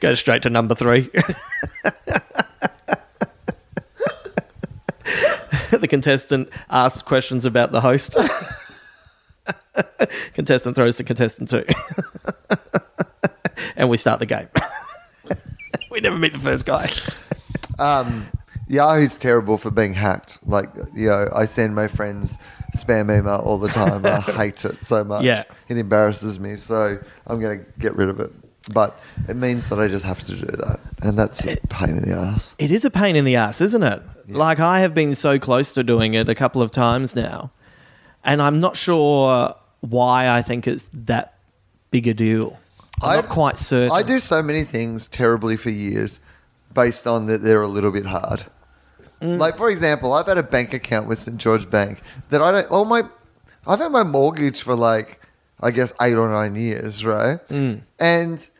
Go straight to number three. the contestant asks questions about the host. contestant throws to contestant two. and we start the game. we never meet the first guy.
um, Yahoo's terrible for being hacked. Like, you know, I send my friends spam email all the time. I hate it so much.
Yeah.
It embarrasses me. So I'm going to get rid of it. But it means that I just have to do that. And that's a pain in the ass.
It is a pain in the ass, isn't it? Like I have been so close to doing it a couple of times now, and I'm not sure why I think it's that big a deal. I'm
I-
not quite certain.
I do so many things terribly for years based on that they're a little bit hard. Like, for example, I've had a bank account with St. George Bank that I don't, all my, I've had my mortgage for like, I guess, eight or nine years, right? And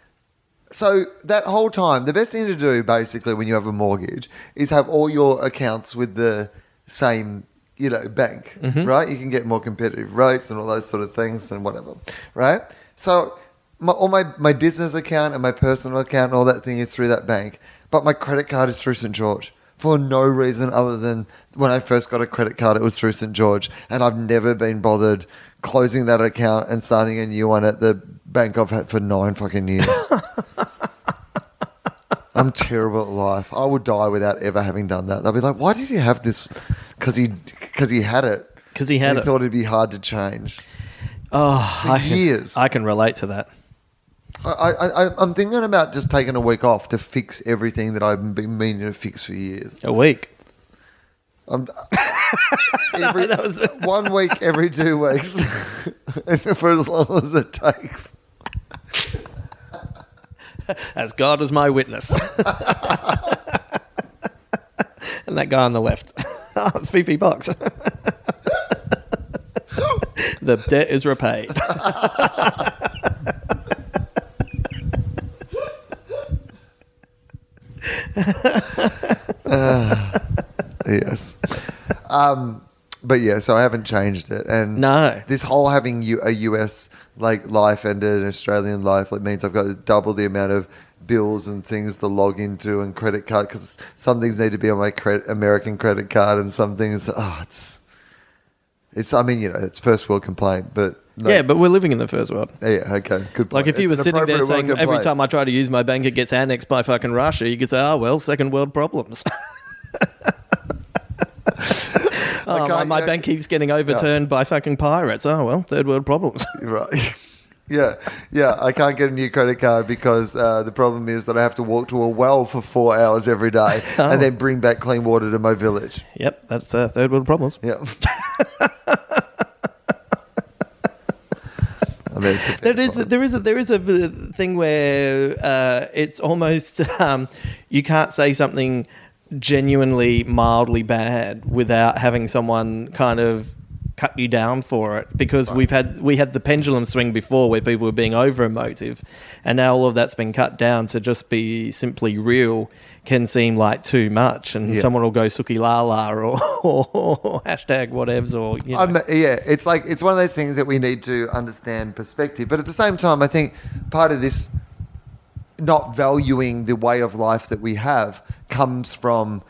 so that whole time, the best thing to do basically when you have a mortgage is have all your accounts with the same, you know, bank, right? You can get more competitive rates and all those sort of things and whatever, right? So my, all my, my business account and my personal account and all that thing is through that bank, but my credit card is through St. George. for no reason other than when I first got a credit card, it was through St. George, and I've never been bothered closing that account and starting a new one at the bank I've had for nine fucking years. I'm terrible at life. I would die without ever having done that. They'll be like, "Why did you have this?" Because he, because he had it.
'Cause he had
And
it.
thought it'd be hard to change.
Oh,
For
I can,
years.
I can relate to that.
I, I, I, I'm thinking about just taking a week off to fix everything that I've been meaning to fix for years.
A week.
Every,
was-
one week every two weeks, for as long as it takes.
As God is my witness. and that guy on the left. oh, it's Fifi Box. the debt is repaid.
Yes. Um, but yeah, so I haven't changed it, and
No.
this whole having U- a US like life and an Australian life like means I've got double the amount of bills and things to log into and credit card because some things need to be on my credit, American credit card and some things. Oh, it's it's. I mean, you know, it's first world complaint, but like-
yeah, but we're living in the first world.
yeah, okay, good.
Like
point.
if you
It's
were
an
sitting there
appropriate world
saying every
complaint.
time I try to use my bank it gets annexed by fucking Russia, you could say, oh well, second world problems. oh,
Like,
my,
I-
my
I-
bank keeps getting overturned by fucking pirates. Oh well, third world problems.
Right. yeah. Yeah. I can't get a new credit card because uh, the problem is that I have to walk to a well for four hours every day
Oh.
and then bring back clean water to my village.
yep, that's uh, third world problems.
Yeah. I mean, it's a
There is,
bit-
there is, a, there is a v- thing where uh, it's almost um, you can't say something genuinely mildly bad without having someone kind of cut you down for it because we've had we had the pendulum swing before where people were being over emotive and now all of that's been cut down to just be simply real can seem like too much and
Yeah.
someone will go suki la la or, or hashtag whatevs or you know.
I'm, yeah, it's like it's one of those things that we need to understand perspective. But at the same time, I think part of this not valuing the way of life that we have comes from,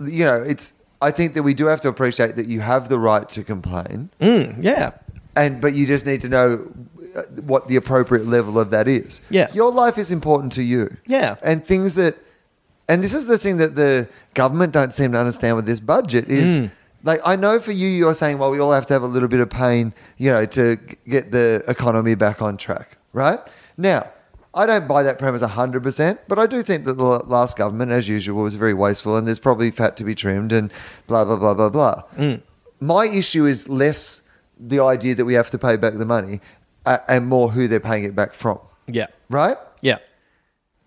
you know, it's. I think that we do have to appreciate that you have the right to complain,
Mm, yeah
and but you just need to know uh, what the appropriate level of that is.
Yeah.
your life is important to you.
Yeah.
and things that, and this is the thing that the government don't seem to understand with this budget is. Like I know for you, you're saying, well, we all have to have a little bit of pain, you know, to g- get the economy back on track, right? Now, I don't buy that premise hundred percent, but I do think that the l- last government, as usual, was very wasteful, and there's probably fat to be trimmed, and blah blah blah blah blah. My issue is less the idea that we have to pay back the money, uh, and more who they're paying it back from,
yeah
right?
yeah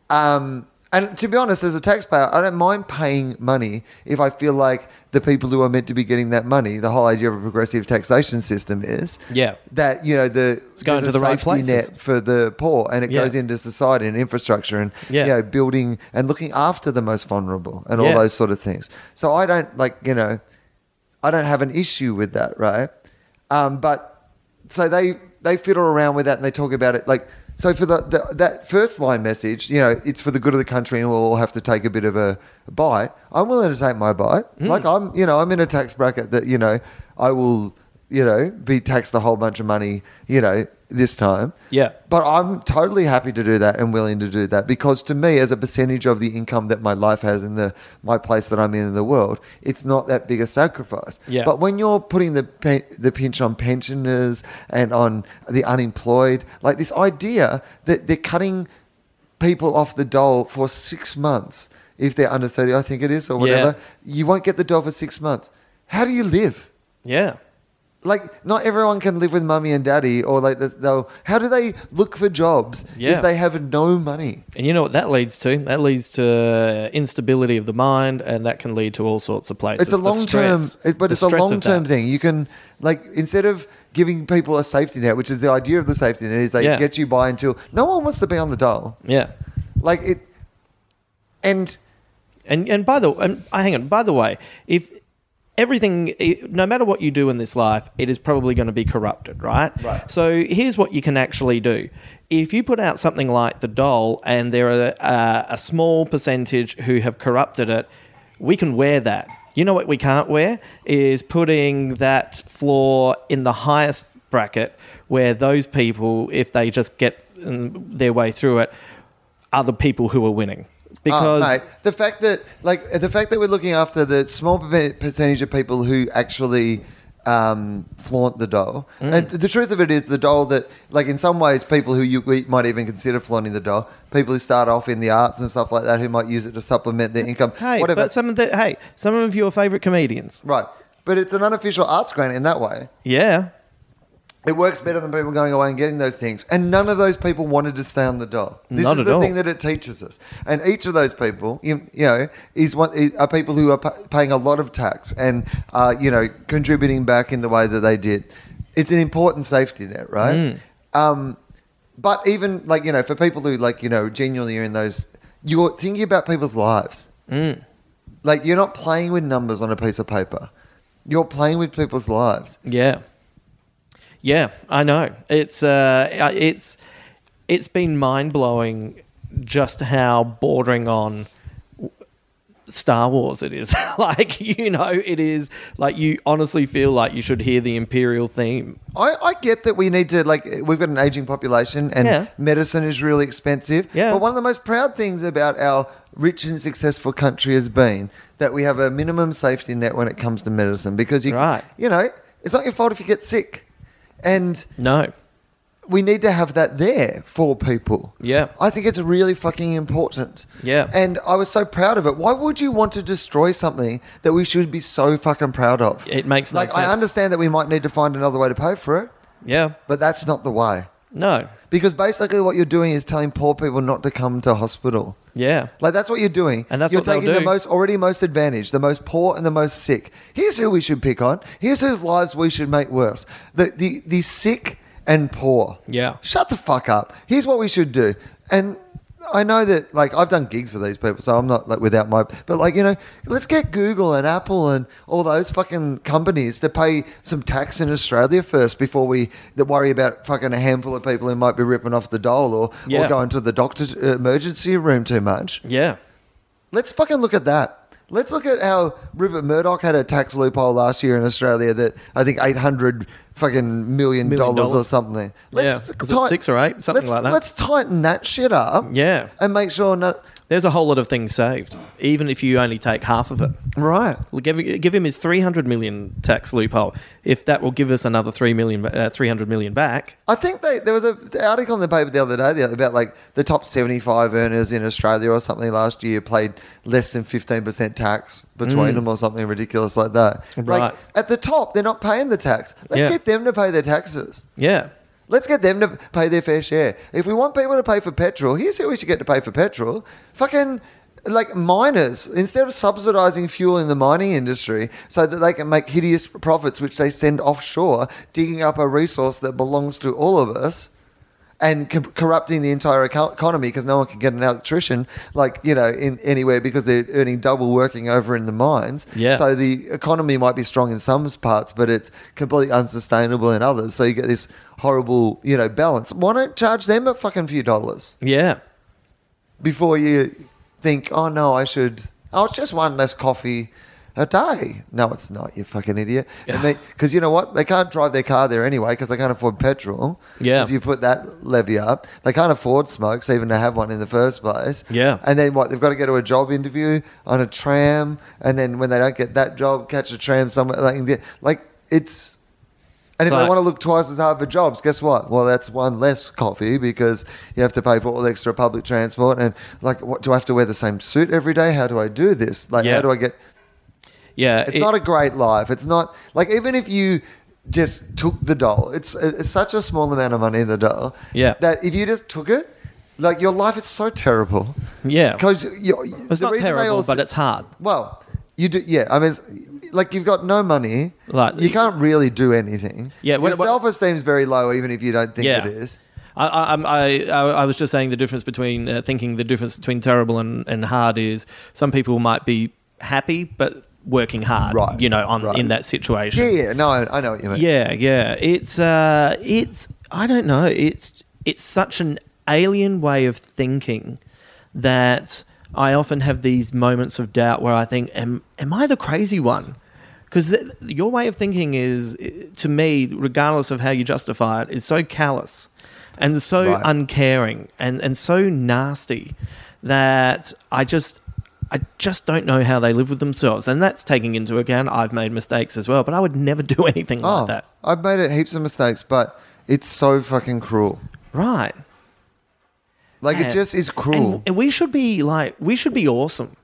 Um, and to be honest, as a taxpayer, I don't mind paying money if I feel like the people who are meant to be getting that money, the whole idea of a progressive taxation system is
Yeah.
that, you know, the, it's
going to the right places.
net for the poor and it
Yeah.
goes into society and infrastructure and,
Yeah.
you know, building and looking after the most vulnerable and all
Yeah.
those sort of things. So I don't like, you know, I don't have an issue with that, right? Um, but so they they fiddle around with that and they talk about it like so for the, the that first line message, you know, it's for the good of the country and we'll all have to take a bit of a bite. I'm willing to take my bite. Like I'm, you know, I'm in a tax bracket that you know I will, you know, be taxed a whole bunch of money, you know, this time.
Yeah.
But I'm totally happy to do that and willing to do that because to me, as a percentage of the income that my life has in the my place that I'm in in the world, it's not that big a sacrifice.
Yeah.
But when you're putting the pe- the pinch on pensioners and on the unemployed, like this idea that they're cutting people off the dole for six months if they're under thirty, I think it is, or
Yeah.
whatever, you won't get the dole for six months. How do you live?
yeah
Like, not everyone can live with mummy and daddy, or like this, they'll. How do they look for jobs
Yeah.
if they have no money?
And you know what that leads to? That leads to instability of the mind, and that can lead to all sorts of places.
It's, a
The
long term,
stress-
it, but
the
it's a
stress of
long term
that.
thing. You can like instead of giving people a safety net, which is the idea of the safety net, is they
Yeah.
get you by until no one wants to be on the dole.
Yeah.
Like it, and
And and by the and I hang on. By the way, if everything, i- no matter what you do in this life, it is probably going to be corrupted, right? Right. So here's what you can actually do. If you put out something like the doll, and there are uh, a small percentage who have corrupted it, we can wear that. You know what we can't wear is putting that floor in the highest bracket where those people, if they just get mm, their way through it, are the people who are winning.
Oh,
Because
mate, the fact that like the fact that we're looking after the small per- percentage of people who actually um, flaunt the doll,
Mm.
and the truth of it is the doll that like in some ways people who you we might even consider flaunting the doll, people who start off in the arts and stuff like that, who might use it to supplement their income,
hey,
whatever,
but some of the hey, some of your favorite comedians,
right? But it's an unofficial arts grant in that way.
yeah,
It works better than people going away and getting those things. And none of those people wanted to stay on the dole. This
Not
is
at
the
all.
thing that it teaches us. And each of those people, you, you know, is one is- are people who are pa- paying a lot of tax and uh, you know contributing back in the way that they did. It's an important safety net,
Mm.
right? Um, but even like you know, for people who like you know genuinely are in those, you're thinking about people's lives.
Mm.
Like you're not playing with numbers on a piece of paper. You're playing with people's lives.
Yeah. Yeah, I know. It's uh I- it's it's been mind-blowing just how bordering on w- Star Wars it is. like, you know, it is like you honestly feel like you should hear the imperial theme.
I, I get that we need to like we've got an aging population and
Yeah.
medicine is really expensive.
Yeah.
But one of the most proud things about our rich and successful country has been that we have a minimum safety net when it comes to medicine because you
Right.
you know it's not your fault if you get sick, and
No.
we need to have that there for people.
Yeah.
I think it's really fucking important.
Yeah.
And I was so proud of it. Why would you want to destroy something that we should be so fucking proud of?
It makes no
like I
sense.
understand that we might need to find another way to pay for it.
Yeah.
But that's not the way.
No.
Because basically, what you're doing is telling poor people not to come to hospital.
Yeah.
Like that's what you're doing,
And that's
you're
what they'll
taking the
do.
most already most advantaged, the most poor and the most sick. Here's who we should pick on. Here's whose lives we should make worse. The the the sick and poor.
Yeah.
Shut the fuck up. Here's what we should do. And I know that like I've done gigs for these people, so I'm not like without my but like, you know, let's get Google and Apple and all those fucking companies to pay some tax in Australia first before we that worry about fucking a handful of people who might be ripping off the dole or, or
Yeah.
going to the doctor's uh, emergency room too much.
Yeah.
Let's fucking look at that. Let's look at how Rupert Murdoch had a tax loophole last year in Australia that I think eight hundred fucking million
Million
dollars or
dollars.
something.
Yeah. Was it six or eight? Something
let's-
like that.
Let's tighten that shit up.
Yeah.
and make sure not
There's a whole lot of things saved, even if you only take half of it.
right.
We'll give, give him his 300 million tax loophole. If that will give us another 3 million, uh, 300 million back,
I think they, there was a the article in the paper the other day the- about like the top seventy-five earners in Australia or something last year paid less than fifteen percent tax between them or something ridiculous like that. Like
Mm. Right.
at the top, they're not paying the tax. Let's
Yeah.
get them to pay their taxes.
Yeah.
Let's get them to pay their fair share. If we want people to pay for petrol, here's who we should get to pay for petrol. Fucking like miners, instead of subsidizing fuel in the mining industry so that they can make hideous profits, which they send offshore, digging up a resource that belongs to all of us and co- corrupting the entire eco- economy because no one can get an electrician, like, you know, in anywhere because they're earning double working over in the mines.
Yeah.
So the economy might be strong in some parts, but it's completely unsustainable in others. So you get this horrible, you know, balance. Why don't charge them a fucking few dollars
Yeah.
before you think, oh no, I should. Oh, it's just one less coffee a day. No, it's not. You fucking idiot. Because you know what? They can't drive their car there anyway because they can't afford petrol.
Yeah.
'Cause you put that levy up. They can't afford smokes even to have one in the first place.
Yeah.
And then what? They've got to go to a job interview on a tram, and then when they don't get that job, catch a tram somewhere. Like, like it's. And if they
But-
want to look twice as hard for jobs, guess what? Well, that's one less coffee because you have to pay for all the extra public transport. And like, what do I have to wear the same suit every day? How do I do this? Like, how
Yeah.
do I get?
Yeah.
It's
it-
not a great life. It's not like even if you just took the doll, it's, uh, it's such a small amount of money the doll.
Yeah.
That if you just took it, like your life is so terrible.
Yeah.
Because
It's not terrible, but it's hard.
well, you do. Yeah, I mean, it's, like you've got no money.
Like-
you can't really do anything.
Yeah,
your
when-
self esteem's very low, even if you don't think
Yeah.
it is.
I, I, I'm- I, I, I was just saying the difference between uh, thinking the difference between terrible and, and hard is some people might be happy but working hard,
Right,
you know, on
right.
in that situation.
Yeah, yeah. No, I, I know what you mean.
Yeah, yeah. It's uh it's I don't know, it's it's such an alien way of thinking that I often have these moments of doubt where I think, am, am I the crazy one? Because th- your way of thinking is, eh, to me, regardless of how you justify it, is so callous and so
Right.
uncaring and, and so nasty that I just I just don't know how they live with themselves. And that's taking into account I've made mistakes as well, but I would never do anything
Oh,
like that.
I've made it heaps of mistakes, but it's so fucking cruel.
Right.
Like it
And-
just is cruel.
And, and we should be like, we should be awesome.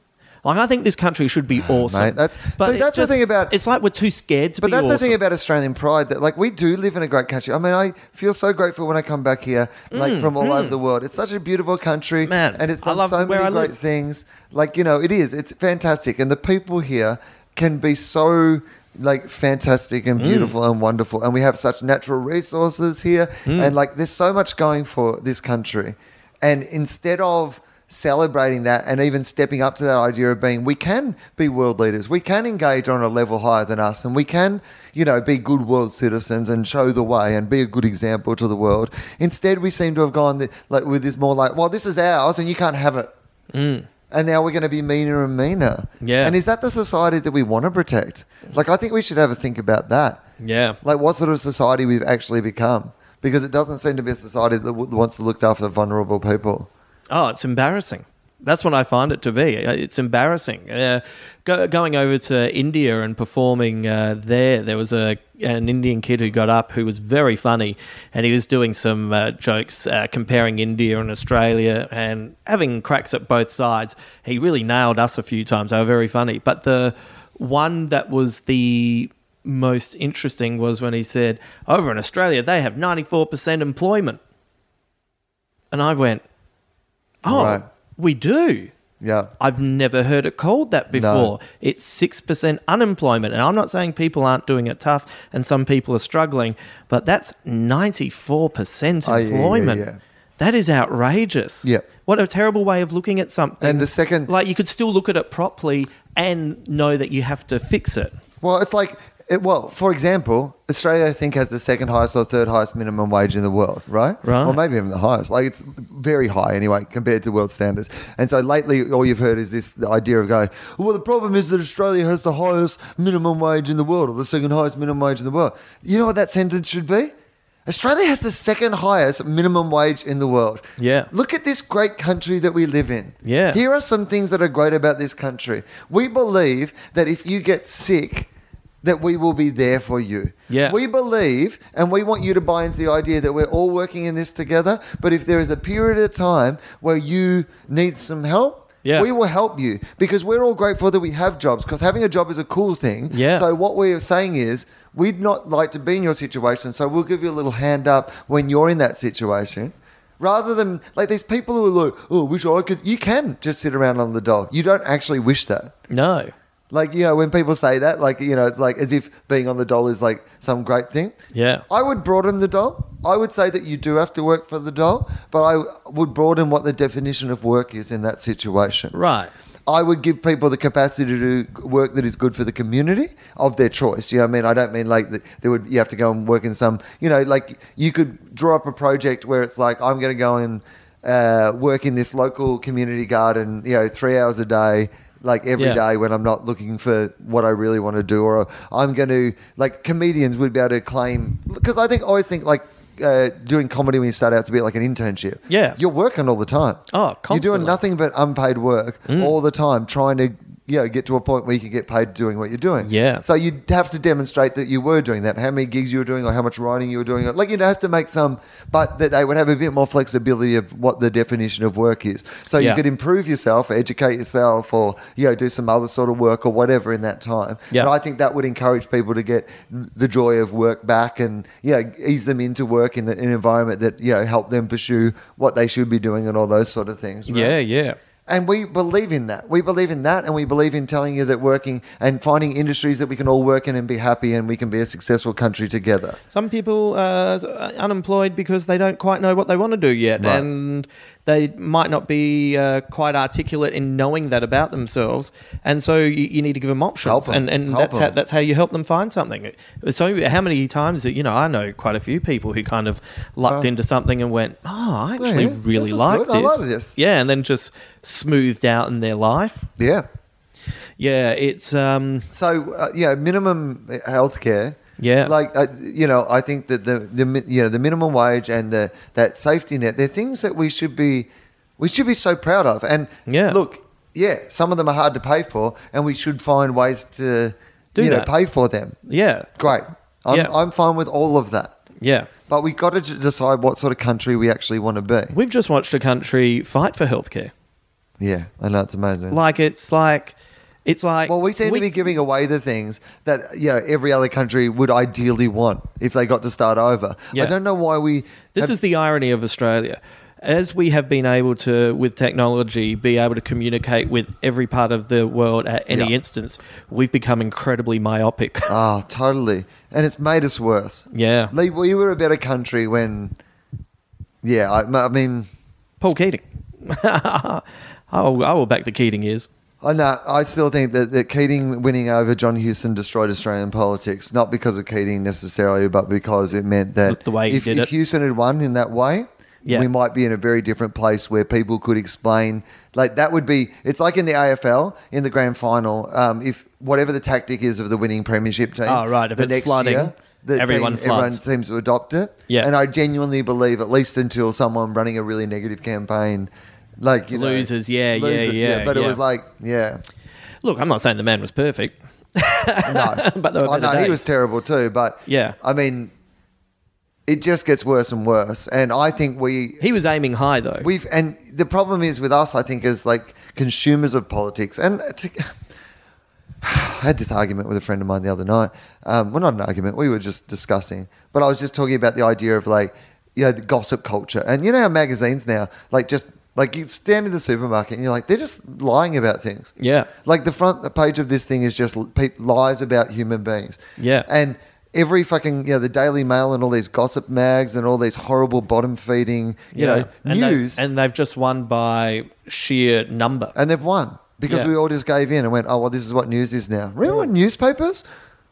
Like I think this country should be awesome.
mate, that's- see,
it
that's the
just-
thing about-
it's like we're too scared to
But
be.
that's the thing
awesome.
about Australian pride that like we do live in a great country. I mean, I feel so grateful when I come back here, like from all over the world. It's such a beautiful country,
Mm, Man,
and it's
I
done
love
so
where
many
I
great
live.
things. Like you know, it is. It's fantastic, and the people here can be so like fantastic and beautiful and wonderful, and we have such natural resources here, and like there's so much going for this country, and instead of celebrating that and even stepping up to that idea of being we can be world leaders we can engage on a level higher than us and we can you know be good world citizens and show the way and be a good example to the world instead we seem to have gone th- like with this more like well this is ours and you can't have it and now we're going to be meaner and meaner
Yeah.
and is that the society that we want to protect like i think we should have a think about that
Yeah.
like what sort of society we've actually become because it doesn't seem to be a society that w- wants to look after vulnerable people
Oh, it's embarrassing. That's what I find it to be. Uh, It's embarrassing. Uh, go, going over to India and performing uh, there, there was a an Indian kid who got up who was very funny, and he was doing some uh, jokes uh, comparing India and Australia and having cracks at both sides. He really nailed us a few times. They were very funny. But the one that was the most interesting was when he said, "Over in Australia, they have ninety four percent employment," and I went. Oh,
Right.
we do.
yeah
I've never heard it called that before. It's 6% unemployment. And I'm not saying people aren't doing it tough and some people are struggling, but that's 94%
Oh, yeah, yeah,
employment.
yeah.
That is outrageous.
Yep.
What a terrible way of looking at something.
And the second-
Like you could still look at it properly and know that you have to fix it.
Well, it's like, it, well, for example, Australia, I think, has the second highest or third highest minimum wage in the world, right?
Right.
Or maybe even the highest. Like, it's very high anyway, compared to world standards. And so lately, all you've heard is this the idea of going, well, the problem is that Australia has the highest minimum wage in the world or the second highest minimum wage in the world. You know what that sentence should be? Australia has the second highest minimum wage in the world.
Yeah.
Look at this great country that we live in.
Yeah.
Here are some things that are great about this country. We believe that if you get sick, that we will be there for you.
Yeah.
We believe, and we want you to buy into the idea that we're all working in this together. But if there is a period of time where you need some help,
Yeah.
we will help you because we're all grateful that we have jobs because having a job is a cool thing.
Yeah.
So what we're saying is we'd not like to be in your situation, so we'll give you a little hand up when you're in that situation. Rather than like these people who are like, oh, wish I could. You can just sit around on the dog. You don't actually wish that.
No.
Like, you know, when people say that, like, you know, it's like as if being on the dole is like some great thing.
Yeah.
I would broaden the dole. I would say that you do have to work for the dole, but I would broaden what the definition of work is in that situation.
Right.
I would give people the capacity to do work that is good for the community of their choice. You know what I mean? I don't mean like that there would you have to go and work in some. You know, like you could draw up a project where it's like I'm going to go and uh, work in this local community garden. You know, three hours a day. Like every day
Yeah.
when I'm not looking for what I really want to do, or I'm going to like comedians would be able to claim because I think I always think like uh, doing comedy when you start out to be like an internship.
Yeah.
you're working all the time.
Oh,
You're
constantly.
doing nothing but unpaid work
Mm.
all the time, trying to you know, get to a point where you can get paid doing what you're doing.
Yeah.
So you'd have to demonstrate that you were doing that, how many gigs you were doing, or how much writing you were doing. Like you'd have to make some, but that they would have a bit more flexibility of what the definition of work is. So
Yeah.
you could improve yourself, or educate yourself, or you know do some other sort of work or whatever in that time.
Yeah.
And I think that would encourage people to get the joy of work back and you know ease them into work in, the, in an environment that you know help them pursue what they should be doing and all those sort of things. right?
Yeah, yeah.
And we believe in that. We believe in that, and we believe in telling you that working and finding industries that we can all work in and be happy, and we can be a successful country together.
Some people uh, are unemployed because they don't quite know what they want to do yet,
Right.
and they might not be uh, quite articulate in knowing that about themselves. And so you, you need to give them options,
Help 'em.
and and
Help
that's how,
'em.
that's how you help them find something. So how many times that you know I know quite a few people who kind of lucked into something and went, oh, I actually
yeah,
really
this is
like
good.
this.
I like this."
Yeah, and then just smoothed out in their life.
Yeah.
Yeah, it's um,
So uh, yeah, minimum uh, healthcare.
Yeah.
like uh, you know, I think that the the mi- you know the minimum wage and the that safety net, they're things that we should be we should be so proud of. And
Yeah.
look, yeah, some of them are hard to pay for, and we should find ways to
Do
you
that.
know pay for them.
yeah,
Great, I'm
Yeah.
I'm fine with all of that,
yeah.
but we got to j- decide what sort of country we actually want to be.
We've just watched a country fight for healthcare.
Yeah, I know it's amazing.
Like it's like it's like
well, we seem to be giving away the things that you know every other country would ideally want if they got to start over.
Yeah.
I don't know why we.
This
have-
is the irony of Australia. As we have been able to, with technology, be able to communicate with every part of the world at any
Yeah.
instance, we've become incredibly myopic.
oh totally, and it's made us worse.
yeah.
Like, we were a better country when. Yeah, I, I mean,
Paul Keating. I, will, I will back the Keating years.
I know. I still think that, that Keating winning over John Hewson destroyed Australian politics, not because of Keating necessarily, but because it meant that
The- the way he
if,
did
if
it.
Hewson had won in that way,
Yeah.
we might be in a very different place where people could explain. Like that would be. It's like in the AFL in the grand final. Um, if whatever the tactic is of the winning premiership team,
Oh, right, if
the
it's flooding,
the
everyone
team, everyone
floods.
seems to adopt it.
Yeah.
and I genuinely believe, at least until someone running a really negative campaign. Like you know,
Loses, yeah, yeah,
loses-
yeah,
But it
yeah.
was like, yeah,
Look, I'm not saying the man was perfect.
no,
But there were
I know
better
he was
days.
terrible too. But
Yeah.
I mean, it just gets worse and worse. And I think we
He was aiming high, though.
we've and the problem is with us. I think as like consumers of politics, and to, I had this argument with a friend of mine the other night. Um, well, not an argument. We were just discussing, but I was just talking about the idea of like, you know, the gossip culture, and you know how magazines now, like just like you stand in the supermarket and you're like, they're just lying about things.
Yeah.
Like the front page of this thing is just l- peop lies about human beings.
Yeah.
And every fucking, you know, the Daily Mail and all these gossip mags and all these horrible bottom feeding, you
Yeah.
know,
and they-
news. Uh, and,
and they've just won by sheer number.
they've won because
Yeah.
we all just gave in and went, oh, well, this is what news is now. Remember when newspapers?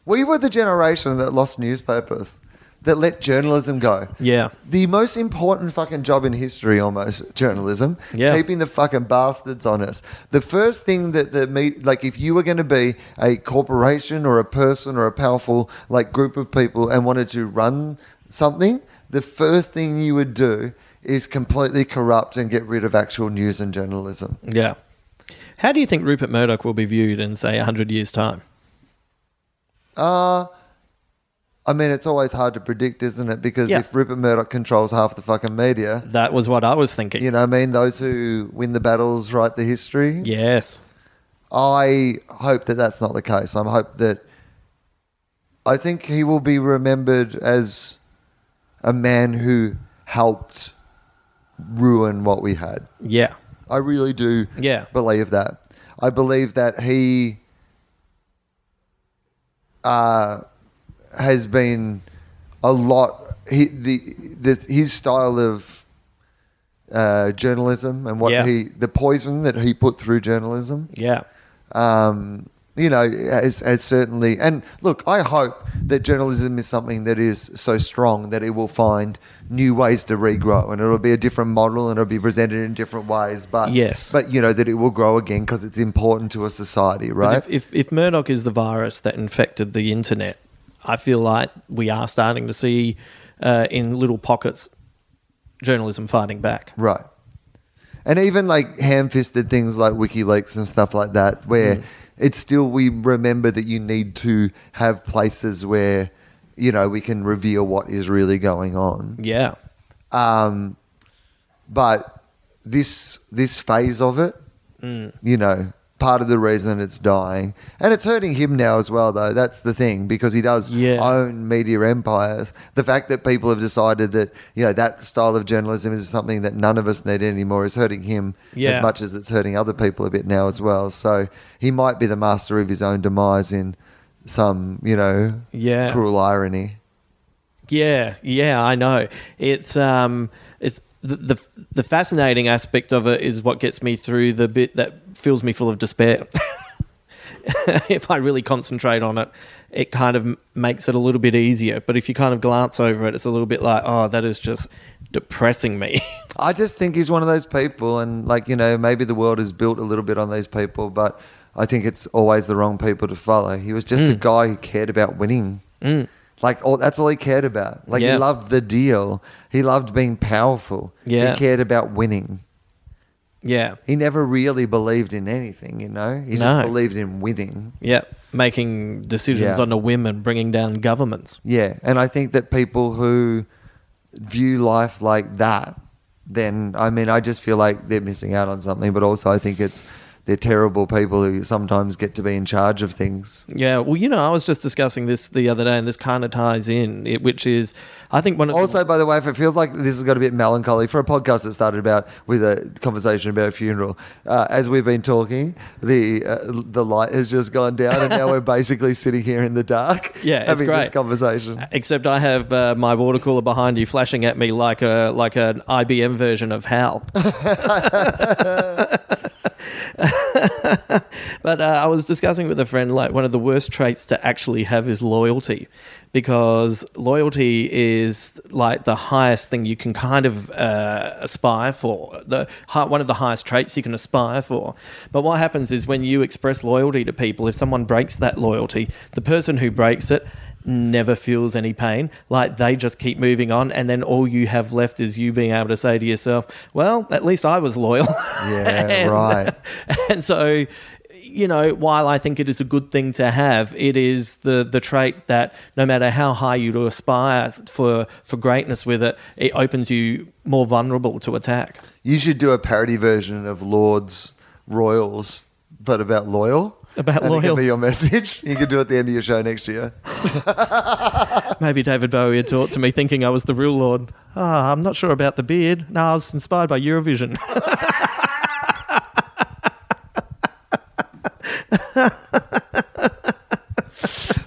We were the generation that lost newspapers, that let journalism go.
Yeah.
The most important fucking job in history, almost journalism.
Yeah.
Keeping the fucking bastards on us. The first thing that the me like, if you were going to be a corporation or a person or a powerful like group of people and wanted to run something, the first thing you would do is completely corrupt and get rid of actual news and journalism.
Yeah. How do you think Rupert Murdoch will be viewed in, say, 100 years' time?
Uh I mean, it's always hard to predict, isn't it? Because
Yeah.
if Rupert Murdoch controls half the fucking media,
That was what I was thinking.
you know, what I mean, those who win the battles write the history.
Yes.
I hope that that's not the case. I hope that I think he will be remembered as a man who helped ruin what we had.
Yeah.
I really do
Yeah.
believe that. I believe that he uh, has been a lot. He, the, the his style of uh, journalism and what
Yeah.
he the poison that he put through journalism
Yeah.
um, you know, as, as certainly. And look, I hope that journalism is something that is so strong that it will find new ways to regrow, and it'll be a different model, and it'll be presented in different ways. But
Yes.
but you know that it will grow again because it's important to a society,
But
right?
If, if, if Murdoch is the virus that infected the internet, I feel like we are starting to see uh, in little pockets journalism fighting back.
Right. And even like ham fisted things like WikiLeaks and stuff like that, where
Mm.
it's still, we remember that you need to have places where, you know, we can reveal what is really going on.
Yeah.
Um, but this this phase of it,
Mm.
you know, part of the reason it's dying, and it's hurting him now as well. Though that's the thing because he does
Yeah.
own media empires. The fact that people have decided that you know that style of journalism is something that none of us need anymore is hurting him
Yeah.
as much as it's hurting other people a bit now as well. So he might be the master of his own demise in some you know
Yeah.
cruel irony.
Yeah, yeah, I know. It's um, it's the, the the fascinating aspect of it is what gets me through the bit that fills me full of despair. if I really concentrate on it, it kind of m- makes it a little bit easier. But if you kind of glance over it, it's a little bit like, oh, that is just depressing me.
I just think he's one of those people, and like you know, maybe the world is built a little bit on those people, but I think it's always the wrong people to follow. He was
Mm.
just a guy who cared about winning. Like all, that's all he cared about. Like
Yeah.
he loved the deal. He loved being powerful.
Yeah.
He cared about winning.
yeah.
He never really believed in anything, you know. He
No.
just believed in winning.
Yeah. Making decisions
Yeah.
on a whim and bringing down governments.
Yeah, and I think that people who view life like that, then I mean, I just feel like they're missing out on something. But also, I think it's they're terrible people who sometimes get to be in charge of things.
Yeah. Well, you know, I was just discussing this the other day, and this kind of ties in, it, which is, I think one of the-
Also, by the way, if it feels like this has got a bit melancholy for a podcast that started about with a conversation about a funeral, uh, as we've been talking, the uh, the light has just gone down, and now we're basically sitting here in the dark,
Yeah, it's
having this
great.
conversation.
Except I have uh, my water cooler behind you flashing at me like a like an IBM version of HAL. but uh, I was discussing with a friend like one of the worst traits to actually have is loyalty, because loyalty is like the highest thing you can kind of uh, aspire for, the hi- one of the highest traits you can aspire for. But what happens is when you express loyalty to people, if someone breaks that loyalty, the person who breaks it never feels any pain. Like they just keep moving on, and then all you have left is you being able to say to yourself, "Well, at least I was loyal."
Yeah, right.
and so you know while i think it is a good thing to have it is the the trait that no matter how high you aspire for for greatness with it it opens you more vulnerable to attack
You should do a parody version of Lords Royals, but about loyal.
About
and It
loyal.
can be your message. You can do it at the end of your show next year.
maybe david bowie had taught to me thinking i was the real lord ah i'm not sure about the beard no i was inspired by eurovision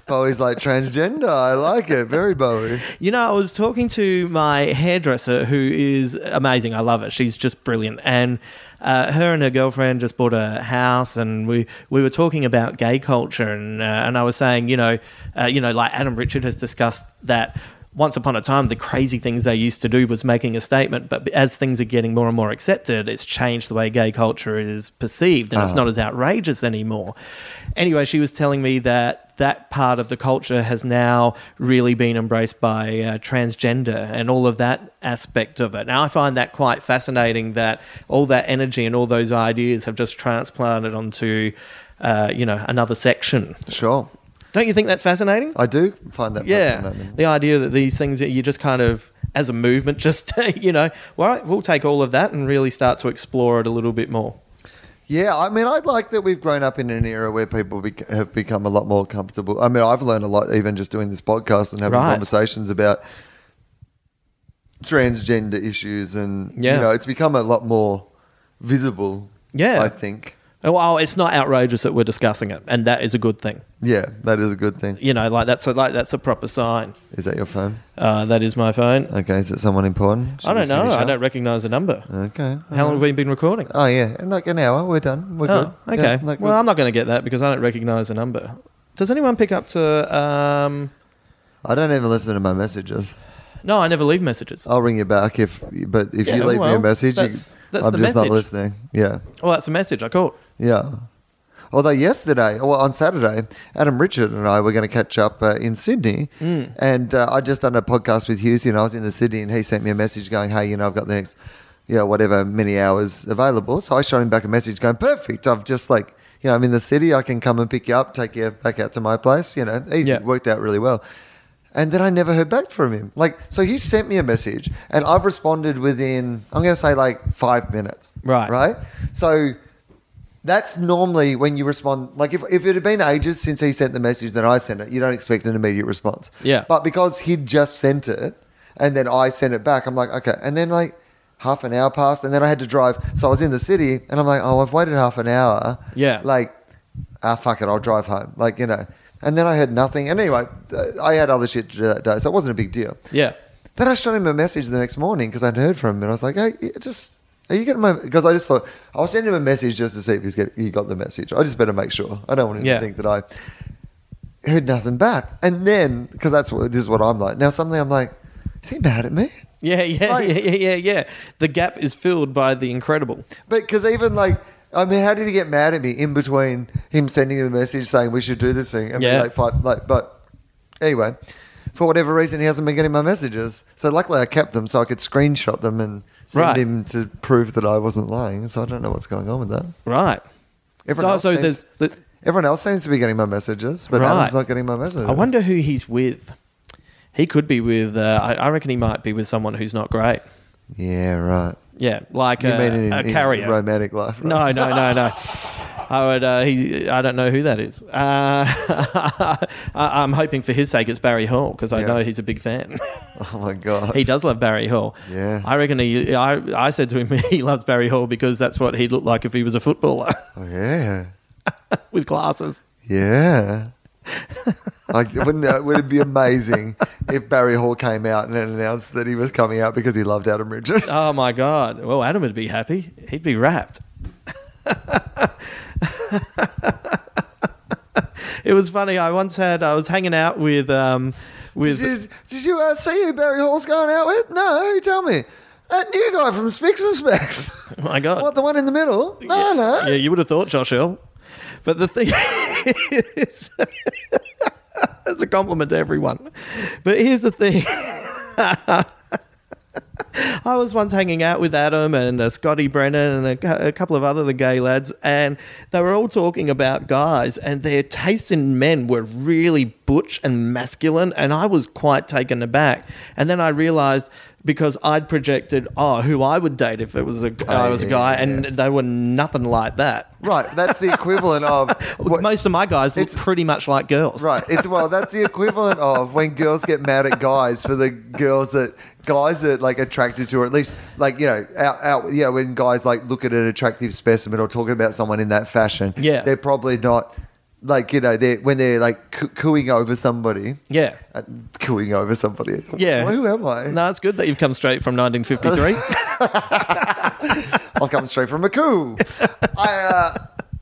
Bowie's like transgender. I like it. Very Bowie.
You know, I was talking to my hairdresser, who is amazing. I love her. She's just brilliant. And uh, her and her girlfriend just bought a house, and we, we were talking about gay culture, and uh, and I was saying, you know, uh, you know, like Adam Richard has discussed that. Once upon a time, the crazy things they used to do was making a statement, but as things are getting more and more accepted, it's changed the way gay culture is perceived, and it's not as outrageous anymore. Anyway, she was telling me that that part of the culture has now really been embraced by uh, transgender and all of that aspect of it. Now, I find that quite fascinating that all that energy and all those ideas have just transplanted onto, uh, you know, another section.
Sure.
Don't you think that's fascinating?
I do find that
yeah.
fascinating.
The idea that these things that you just kind of, as a movement, just, you know, well, right, we'll take all of that and really start to explore it a little bit more.
Yeah, I mean, I like that we've grown up in an era where people bec- have become a lot more comfortable. I mean, I've learned a lot even just doing this podcast and having
Right.
conversations about transgender issues, and
Yeah.
you know, it's become a lot more visible.
Yeah.
I think.
Oh, Well, it's not outrageous that we're discussing it, and that is a good thing.
Yeah, that is a good thing.
You know, like that's a, like that's a proper sign.
Is that your phone?
Uh, that is my phone.
Okay, is it someone important? Should
I
we
don't know.
finish
I
up? Uh,
don't recognize the number.
Okay.
How long have we been recording?
Oh yeah, in like an hour. We're done. We're
Oh,
good.
okay.
Yeah, like
well,
we're-
I'm not going to get that because I don't recognize the number. Does anyone pick up to? Um,
I don't even listen to my messages.
no, I never leave messages.
I'll ring you back if, but if
Yeah,
you leave me
well,
a message, you-
that's- that's
I'm
the
just
message.
not listening. Yeah,
Well, that's a message. I caught.
yeah. Although yesterday, well, on Saturday, Adam Richard and I were going to catch up uh, in Sydney,
Mm.
and uh, I just done a podcast with Hughes, and I was in the Sydney, and he sent me a message going, "Hey, you know, I've got the next, you know, whatever many hours available." So I shot him back a message going, "Perfect. I've just like, you know, I'm in the city. I can come and pick you up, take you back out to my place. You know, easy.
Yeah.
Worked out really well." And then I never heard back from him. Like, so he sent me a message and I've responded within, I'm going to say like five minutes.
Right.
Right. So that's normally when you respond. Like, if, if it had been ages since he sent the message, then I sent it. You don't expect an immediate response.
Yeah.
But because he'd just sent it and then I sent it back, I'm like, okay. And then, like, half an hour passed and then I had to drive. So I was in the city and I'm like, oh, I've waited half an hour.
Yeah.
Like, ah, fuck it, I'll drive home. Like, you know. And then I heard nothing. And anyway, I had other shit to do that day. So it wasn't a big deal.
Yeah.
Then I shot him a message the next morning because I'd heard from him, and I was like, "Hey, it just Are you getting my? Because I just thought I'll send him a message just to see if he's get, he got the message. I just better make sure. I don't want him
Yeah.
to think that I heard nothing back. And then because that's what this is what I'm like. Now suddenly I'm like, is he mad at me?
Yeah, yeah,
Like-
yeah, yeah, yeah, yeah. The gap is filled by the incredible.
But because even like. I mean, how did he get mad at me in between him sending him a message saying we should do this thing and
Yeah.
yeah. like five, like, but anyway, for whatever reason, he hasn't been getting my messages. So luckily, I kept them so I could screenshot them and send
Right.
him to prove that I wasn't lying. So I don't know what's going on with that.
Right.
Everyone else
so so
seems-
there's. The,
Everyone else seems to be getting my messages, but
Right.
Alan's not getting my messages.
I wonder who he's with. He could be with. Uh, I, I reckon he might be with someone who's not great.
Yeah, right.
Yeah, like
You
a,
mean in
a
his
carrier.
romantic life? Right?
uh, No, no, no, no. I would. Uh, he. I don't know who that is. Uh, I, I'm hoping for his sake it's Barry Hall because I
Yeah.
know he's a big fan.
Oh my god.
he does love Barry Hall.
Yeah.
I reckon he. I. I said to him he loves Barry Hall because that's what he'd look like if he was a footballer
Oh, yeah,
with glasses.
yeah. like, wouldn't it, would it be amazing if Barry Hall came out and announced that he was coming out because he loved Adam Richard?
Oh my God! Well, Adam would be happy. He'd be wrapped. it was funny. I once had. I was hanging out with. Um, with
Did you, did you uh, see who Barry Hall's going out with? No, tell me. That new guy from Spicks and Specks.
oh my God.
what, the one in the middle? No, no.
Yeah, you would have thought Josh Earl. But the thing is, it's a compliment to everyone. But here's the thing. I was once hanging out with Adam and uh, Scotty Brennan and a, cou- a couple of other the gay lads, and they were all talking about guys, and their tastes in men were really butch and masculine, and I was quite taken aback. And then I realised because I'd projected, oh, who I would date if it was a I was
Oh,
a
yeah,
guy,
yeah,
and
yeah.
they were nothing like that.
Right, that's the equivalent of what-
Most of my guys look
it's-
pretty much like girls.
Right. It's well, that's the equivalent of when girls get mad at guys for the girls that guys are like attracted to, or at least like you know, out, out you know, when guys like look at an attractive specimen or talking about someone in that fashion.
Yeah.
they're probably not like you know they when they're like coo- cooing over somebody.
Yeah.
Uh, cooing over somebody.
Yeah.
Well, who am I?
No, it's good that you've come straight from 1953.
I'll come straight from a coup. I,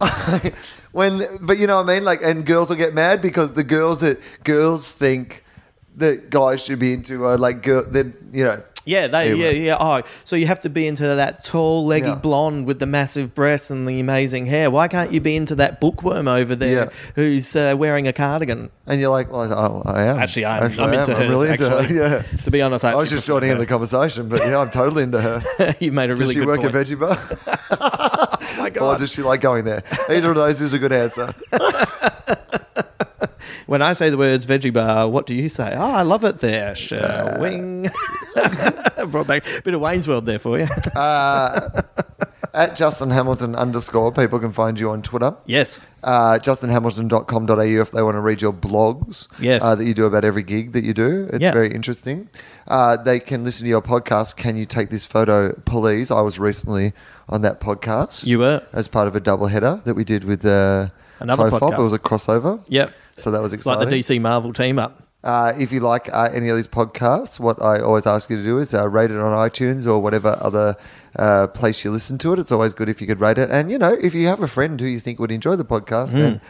uh, when, but you know what I mean? Like, and girls will get mad because the girls that girls think that guys should be into are like girl. Then you know,
yeah, they,
Anyway.
yeah, yeah. Oh, so you have to be into that tall, leggy
Yeah.
blonde with the massive breasts and the amazing hair. Why can't you be into that bookworm over there
Yeah.
who's uh, wearing a cardigan?
and you're like, well, I, I am
Actually, I'm,
Mm. Actually,
I'm
I
into
am.
her.
I'm really into
actually.
her. Yeah.
To be honest, I,
I was
actually
just
prefer
joining in
her.
the conversation, but yeah, I'm totally into her.
you made a
Does
really
she
good
work
point.
at Veggie Bar?
Oh my
or
God.
does she like going there? Either of those is a good answer.
When I say the words veggie bar, what do you say? Oh, I love it there. Shall wing. Brought back a bit of Wayne's World there for you.
Uh, At Justin Hamilton underscore, people can find you on Twitter.
yes.
uh, justinhamilton.com.au if they want to read your blogs
Yes.
uh, that you do about every gig that you do. It's
Yeah.
very interesting. Uh, they can listen to your podcast, Can You Take This Photo, Please? I was recently on that podcast.
You were.
As part of a double header that we did with uh,
Another
Fofop.
podcast.
It was a crossover.
Yep.
So that was
It's like
exciting.
the DC Marvel team up.
Uh, if you like uh, any of these podcasts, what I always ask you to do is uh, rate it on iTunes or whatever other uh, place you listen to it. It's always good if you could rate it. And, you know, if you have a friend who you think would enjoy the podcast, then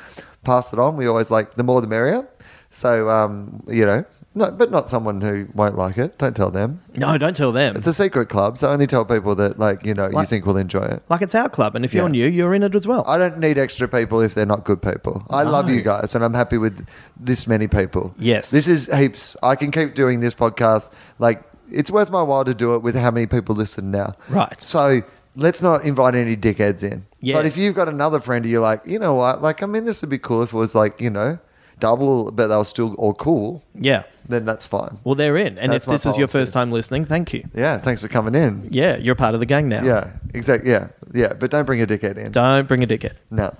pass it on. We always like the more the merrier. So, um, you know, no, but not someone who won't like it. Don't tell them.
No, don't tell them.
It's a secret club. So only tell people that, like, you know, you
Like-
think will enjoy it.
like it's our club, and if you're
Yeah.
new, you're in it as well.
I don't need extra people if they're not good people. I love you guys, and I'm happy with this many people.
Yes.
this is heaps. I can keep doing this podcast. Like it's worth my while to do it with how many people listen now.
Right.
So let's not invite any dickheads in. But
Yes.
if you've got another friend, you're like, you know what? Like, I mean, this would be cool if it was like, you know, double, but they were still all cool.
yeah.
Then that's fine.
Well, they're in. And
That's
if
my
this is your
policy.
first time listening, thank you.
Yeah. Thanks for coming in.
Yeah, you're part of the gang now.
Yeah. Exactly. Yeah. Yeah. But don't bring a dickhead in.
Don't bring a dickhead.
No.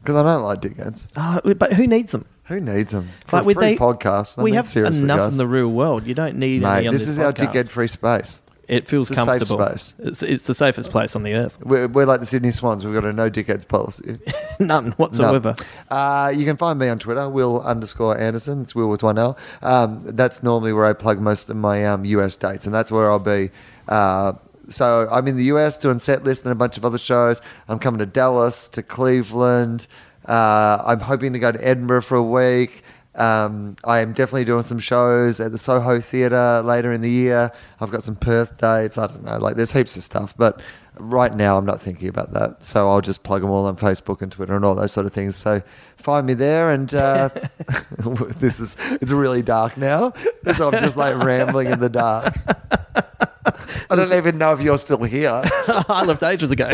Because I don't like dickheads.
Oh, but who needs them?
Who needs them? For
Like
a
with
free
they-
podcast. I
we
mean,
have
seriously,
enough
guys.
in the real world. You don't need any
Mate,
on
this,
this,
is our
podcast.
dickhead-free space.
It feels
It's a safe
comfortable.
space.
It's, it's the safest place on the earth.
We're, we're like the Sydney Swans. We've got a no dickheads policy.
None
No.
whatsoever.
Uh, you can find me on Twitter, Will underscore Anderson. It's Will with one L. Um, that's normally where I plug most of my um, US dates, and that's where I'll be. Uh, so I'm in the US doing set list and a bunch of other shows. I'm coming to Dallas, to Cleveland. Uh, I'm hoping to go to Edinburgh for a week. Um, I am definitely doing some shows at the Soho Theatre later in the year. I've got some Perth dates. I don't know. Like, there's heaps of stuff. But right now, I'm not thinking about that. So I'll just plug them all on Facebook and Twitter and all those sort of things. So find me there. And uh, this is, it's really dark now. So I'm just like rambling in the dark. I don't even know if you're still here.
I left ages ago.